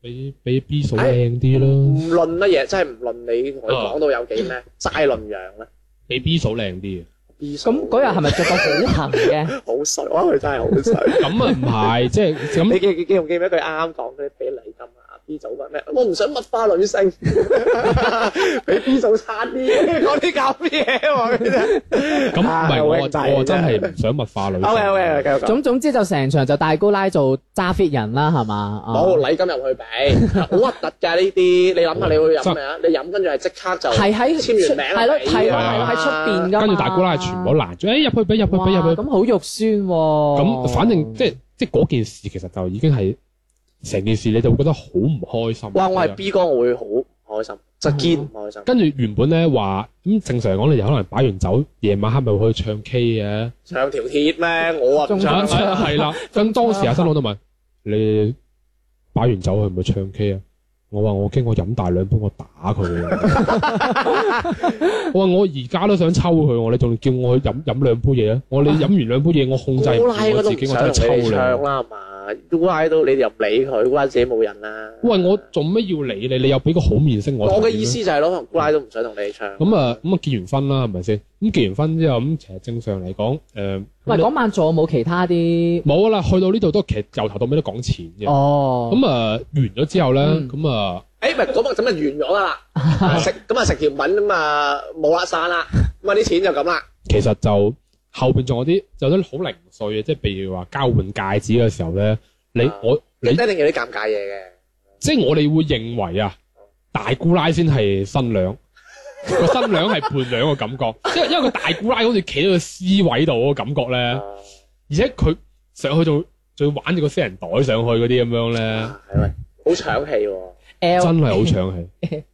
[SPEAKER 3] 俾俾 B 嫂
[SPEAKER 2] 哎
[SPEAKER 3] 靚啲咯，
[SPEAKER 2] 唔論乜嘢，真係唔論你同佢講到有幾咩，齋論樣咧。
[SPEAKER 3] 俾 B 嫂靚啲嘅。
[SPEAKER 2] B 嫂
[SPEAKER 1] 咁嗰日係咪着到好痕 嘅？
[SPEAKER 2] 好衰？我覺得佢真係好衰。
[SPEAKER 3] 咁啊唔係，即係
[SPEAKER 2] 你
[SPEAKER 3] 咁
[SPEAKER 2] 記記記唔記得佢啱啱講嗰啲俾禮金啊？B 組乜咩？我唔想物化女性，俾 B 組差啲，講啲咁嘢喎。佢真
[SPEAKER 3] 咁唔係
[SPEAKER 2] 啊好兄弟
[SPEAKER 3] 我我真係唔想物化女性。
[SPEAKER 2] OK OK，繼續講。
[SPEAKER 1] 總總之就成場就大姑奶做揸 fit 人啦，係嘛？啊
[SPEAKER 2] 冇禮金入去俾，好核突㗎呢啲。你諗下，你會飲咩啊？你飲跟住係即刻就
[SPEAKER 1] 係喺
[SPEAKER 2] 簽完名
[SPEAKER 1] 係咯
[SPEAKER 2] 俾
[SPEAKER 1] 係咯
[SPEAKER 3] 㗎
[SPEAKER 1] 係咯喺出邊㗎嘛
[SPEAKER 3] 跟住大姑奶全部都攔住，誒入去俾入去俾入
[SPEAKER 1] 哇
[SPEAKER 3] 去。
[SPEAKER 1] 咁好肉酸喎。
[SPEAKER 3] 咁反正即係即係嗰件事其實就已經係成件事，你就會覺得好唔開心。
[SPEAKER 2] 哇！我係 B 哥，我會好唔開心，就堅唔開心。
[SPEAKER 3] 跟住原本咧話咁正常嚟講，你就可能擺完酒，夜晚黑咪會去唱 K 嘅。
[SPEAKER 2] 上條鐵咩？我啊唔
[SPEAKER 1] 仲
[SPEAKER 2] 上
[SPEAKER 1] 想
[SPEAKER 2] 啦。
[SPEAKER 1] 唱
[SPEAKER 3] 係啦，咁當時阿新佬都問你擺完酒去唔去唱 K 啊？我話我驚我飲大兩杯，我打佢 啊。我話我而家都想抽佢，我你仲叫我去飲飲兩杯嘢啊？我話你飲完兩杯嘢，我 控制
[SPEAKER 2] 烏
[SPEAKER 3] 唔住
[SPEAKER 2] 拉
[SPEAKER 3] 我
[SPEAKER 2] 嗰度
[SPEAKER 3] 自
[SPEAKER 2] 唔
[SPEAKER 3] 己，我
[SPEAKER 2] 想
[SPEAKER 3] 真係
[SPEAKER 2] 同你哋
[SPEAKER 3] 抽你。
[SPEAKER 2] 唱啦，係嘛？烏拉都你哋又唔理佢，烏拉自己冇人啦。
[SPEAKER 3] 喂，我做咩要理你？你又俾個好面色我睇
[SPEAKER 2] 我
[SPEAKER 3] 咩。
[SPEAKER 2] 嘅意思就係咯，可能烏拉都唔想同你哋唱。
[SPEAKER 3] 咁啊，咁啊結完婚啦，係咪先？咁結完婚之後，咁其實正常嚟講，誒、
[SPEAKER 1] 喂，
[SPEAKER 3] 啊
[SPEAKER 1] 嗰晚仲有冇其他啲？
[SPEAKER 3] 冇啦，去到呢度都其實由頭到尾都講錢嘅。
[SPEAKER 1] 哦，
[SPEAKER 3] 咁啊、完咗之後咧，
[SPEAKER 1] 嗯
[SPEAKER 3] 咁啊、
[SPEAKER 2] 誒咪嗰晚咁就完咗啦，啊食咁啊食條粉咁啊冇啦散啦，咁啊啲錢就咁啦。
[SPEAKER 3] 其實就後邊仲有啲有啲好零碎嘅，即係譬如話交換戒指嘅時候咧，你
[SPEAKER 2] 啊
[SPEAKER 3] 我
[SPEAKER 2] 一
[SPEAKER 3] 你
[SPEAKER 2] 定有啲尷尬嘢嘅，
[SPEAKER 3] 即係我哋會認為啊，大姑奶先係新娘，個新娘係伴娘嘅感覺，因為因為個大姑奶好似企喺個 C 位度嗰個感覺咧，
[SPEAKER 2] 啊
[SPEAKER 3] 而且佢上去仲仲要玩住個私人袋上去嗰啲咁樣咧。
[SPEAKER 2] 係咪好搶氣喎？
[SPEAKER 1] L
[SPEAKER 3] 真係好搶氣，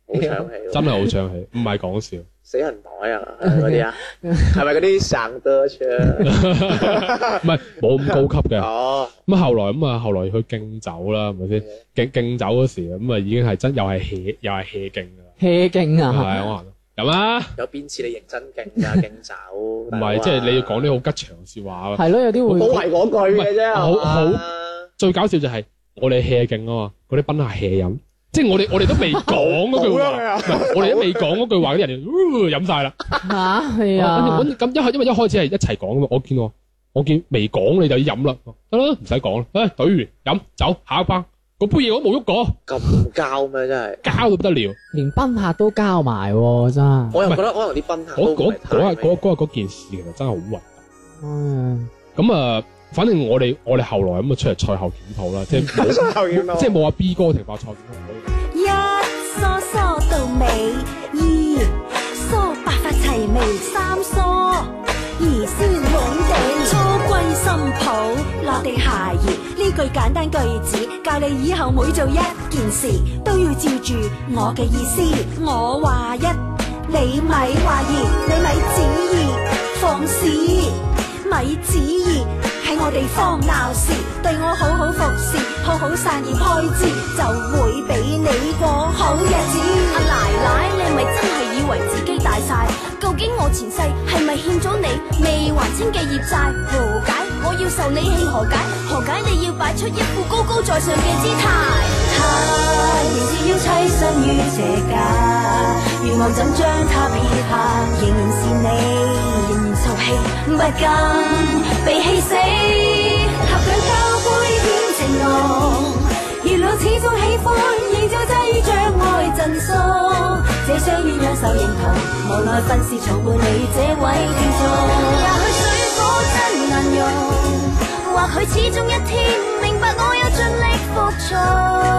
[SPEAKER 2] 好搶氣
[SPEAKER 3] 真
[SPEAKER 2] 喎！
[SPEAKER 3] 係好搶氣，唔係講笑。
[SPEAKER 2] 死人袋啊，係咪嗰啲啊，係咪嗰啲上得車？
[SPEAKER 3] 唔係冇咁高級嘅。
[SPEAKER 2] 哦，
[SPEAKER 3] 咁後來咁啊，後來去敬酒啦，係咪先？敬敬酒嗰時咁啊，已經係真又係 hea 又係 hea 敬㗎啦。
[SPEAKER 1] hea 勁
[SPEAKER 3] 係
[SPEAKER 1] 啊！
[SPEAKER 3] 啊我話飲啊，
[SPEAKER 2] 有邊次你認真勁㗎敬酒？
[SPEAKER 3] 唔
[SPEAKER 2] 唔
[SPEAKER 3] 係即係你要講啲好吉祥説話啊。
[SPEAKER 1] 係咯，有啲會
[SPEAKER 2] 都係嗰句嘅啫，
[SPEAKER 3] 好好
[SPEAKER 2] 係嘛
[SPEAKER 3] 最搞笑就係我哋 hea 敬啊嘛，嗰啲賓客 hea 飲，即係我哋我哋都未講嗰句
[SPEAKER 2] 冇
[SPEAKER 3] 話，
[SPEAKER 2] 啦
[SPEAKER 3] 唔係我哋都未講嗰句話，啲人就呃飲晒啦。
[SPEAKER 1] 嚇係啊
[SPEAKER 3] 跟！住咁一因為一開始係一齊講噶嘛，我見我我見未講你就要飲啦，得啦，唔使講啦，誒隊完飲走下一班，嗰杯嘢我都冇喐過，
[SPEAKER 2] 咁交咩真係？
[SPEAKER 3] 交到不得了。
[SPEAKER 1] 連賓客都交埋喎，真係。
[SPEAKER 2] 我又覺得可能啲賓客都
[SPEAKER 3] 嗰
[SPEAKER 2] 唔係
[SPEAKER 3] 嗰
[SPEAKER 2] 太
[SPEAKER 3] 嗰日
[SPEAKER 2] 咩
[SPEAKER 3] 嗰嗰日嗰件事其實真係好核
[SPEAKER 1] 嗯，
[SPEAKER 3] 突。咁啊，反正我哋我哋後來咁啊出嚟賽後檢討啦，即係 冇即係冇阿 B 哥停發賽檢討。
[SPEAKER 4] 一梳梳到尾，二梳白髮齊眉，三梳兒孫滿地，初歸新抱落地下兒。呢句簡單句子，教你以後每做一件事，都要照住我嘅意思。我話一，你咪話二，你咪指二，放肆。咪旨意喺我地方鬧事，對我好好服侍，好好散而開支，就會俾你過好日子。阿奶奶，你咪真係以為自己大晒？究竟我前世係咪欠咗你未還清嘅業債？何解我要受你氣？何解？何解你要擺出一副高高在上嘅姿態？
[SPEAKER 5] 他仍是要棲身於這家，願望怎將他撇下？仍然是你，仍然受氣，不甘被氣死。合掌交杯顯情濃，月亮始終喜歡，仍照擠於障礙贈送。這雙鴛鴦受認同，無奈分是重伴你這位聽眾。
[SPEAKER 4] 也許水火真難容，或許始終一天明白我有盡力服從。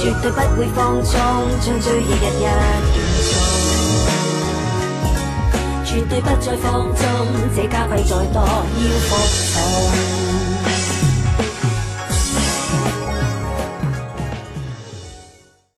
[SPEAKER 5] 絕對不會放縱，將追憶日日延續，絕對不再放縱，這家規再多要服從。